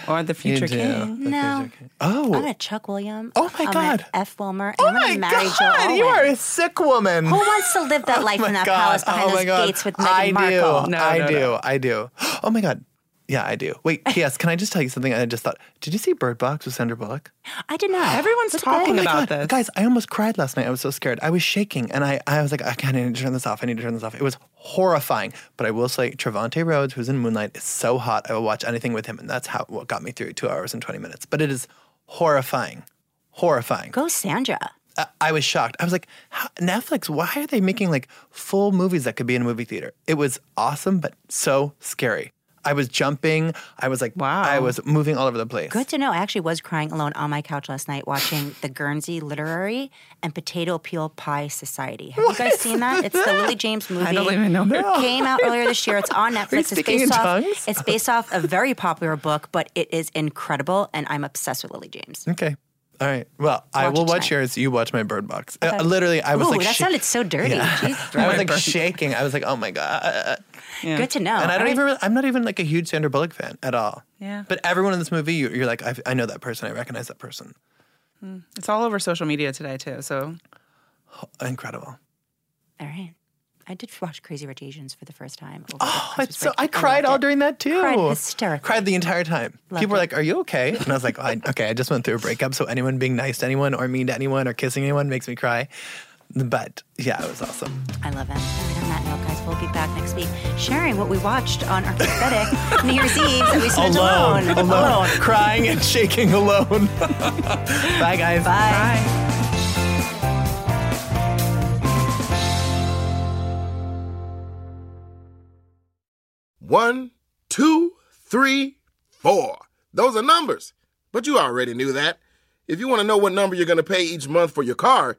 Speaker 4: or
Speaker 3: You
Speaker 4: the future
Speaker 3: do.
Speaker 4: king.
Speaker 2: No. I'm
Speaker 3: Oh,
Speaker 2: gonna Chuck William.
Speaker 3: Oh my
Speaker 2: I'm
Speaker 3: God. Oh
Speaker 2: Gonna F Wilmer. And I'm gonna
Speaker 3: my
Speaker 2: marry Joe
Speaker 3: God,
Speaker 2: Alwyn.
Speaker 3: you are a sick woman.
Speaker 2: Who wants to live that life
Speaker 3: my
Speaker 2: in that
Speaker 3: God.
Speaker 2: palace behind
Speaker 3: Oh my
Speaker 2: those
Speaker 3: God.
Speaker 2: gates with
Speaker 3: I
Speaker 2: Meghan Markle?
Speaker 3: Do.
Speaker 4: No,
Speaker 3: I
Speaker 4: no,
Speaker 3: do.
Speaker 4: no.
Speaker 3: I do. Oh my God. Yeah, I do. Wait, P.S. Can I just tell you something I just thought? Did you see Bird Box with Sandra Bullock?
Speaker 2: I did not.
Speaker 4: Everyone's talking about
Speaker 3: God.
Speaker 4: this.
Speaker 3: Guys, I almost cried last night. I was so scared. I was shaking and I, I was like, I can't I need to turn this off. I need to turn this off. It was horrifying. But I will say, Trevante Rhodes, who's in Moonlight, is so hot. I will watch anything with him. And that's how what got me through two hours and 20 minutes. But it is horrifying. Horrifying.
Speaker 2: Go Sandra.
Speaker 3: I, I was shocked. I was like, "How- Netflix, why are they making like full movies that could be in a movie theater? It was awesome, but so scary. I was jumping. I was like,
Speaker 4: Wow.
Speaker 3: I was moving all over the place.
Speaker 2: Good to know. I actually was crying alone on my couch last night watching the Guernsey Literary and Potato Peel Pie Society. Have you guys seen that? It's the Lily James movie.
Speaker 4: I don't even know.
Speaker 2: It came out earlier this year. It's on Netflix. It's
Speaker 3: speaking in
Speaker 2: based off.
Speaker 3: tongues?
Speaker 2: It's based off a very popular book, but it is incredible, and I'm obsessed with Lily James.
Speaker 3: Okay. All right. Well, I
Speaker 2: Watch
Speaker 3: will
Speaker 2: it
Speaker 3: watch
Speaker 2: tonight.
Speaker 3: yours. You watch my bird box. Uh, literally, I was
Speaker 2: Ooh,
Speaker 3: like,
Speaker 2: that
Speaker 3: sh-
Speaker 2: sounded so dirty.
Speaker 3: Yeah.
Speaker 2: Jeez,
Speaker 3: I was like shaking. I was like, oh my God.
Speaker 4: Yeah.
Speaker 2: good to know.
Speaker 3: And I
Speaker 2: All
Speaker 3: don't
Speaker 2: right.
Speaker 3: even, I'm not even like a huge Sandra Bullock fan at all.
Speaker 4: Yeah.
Speaker 3: But everyone in this movie, you, you're like, I, I know that person. I recognize that person.
Speaker 4: It's all over social media today too. So
Speaker 3: Incredible.
Speaker 2: All right. I did watch Crazy Rich Asians for the first time. over the
Speaker 3: Oh,
Speaker 2: Christmas
Speaker 3: it's so,
Speaker 2: break.
Speaker 3: I cried
Speaker 2: loved
Speaker 3: all
Speaker 2: it.
Speaker 3: during that too.
Speaker 2: Cried hysterically.
Speaker 3: Cried the entire time.
Speaker 2: Loved
Speaker 3: People were
Speaker 2: it.
Speaker 3: like, are you okay? And I was like, "Oh, I, okay, I just went through a breakup. So anyone being nice to anyone or mean to anyone or kissing anyone makes me cry. But yeah, it was awesome.
Speaker 2: I love it. And on that note, guys, we'll be back next week sharing what we watched on our pathetic New Year's Eve that we spent alone.
Speaker 3: alone, alone. crying and shaking alone. Bye, guys.
Speaker 2: Bye.
Speaker 4: bye.
Speaker 6: One, two, three, four. Those are numbers. But you already knew that. If you want to know what number you're going to pay each month for your car,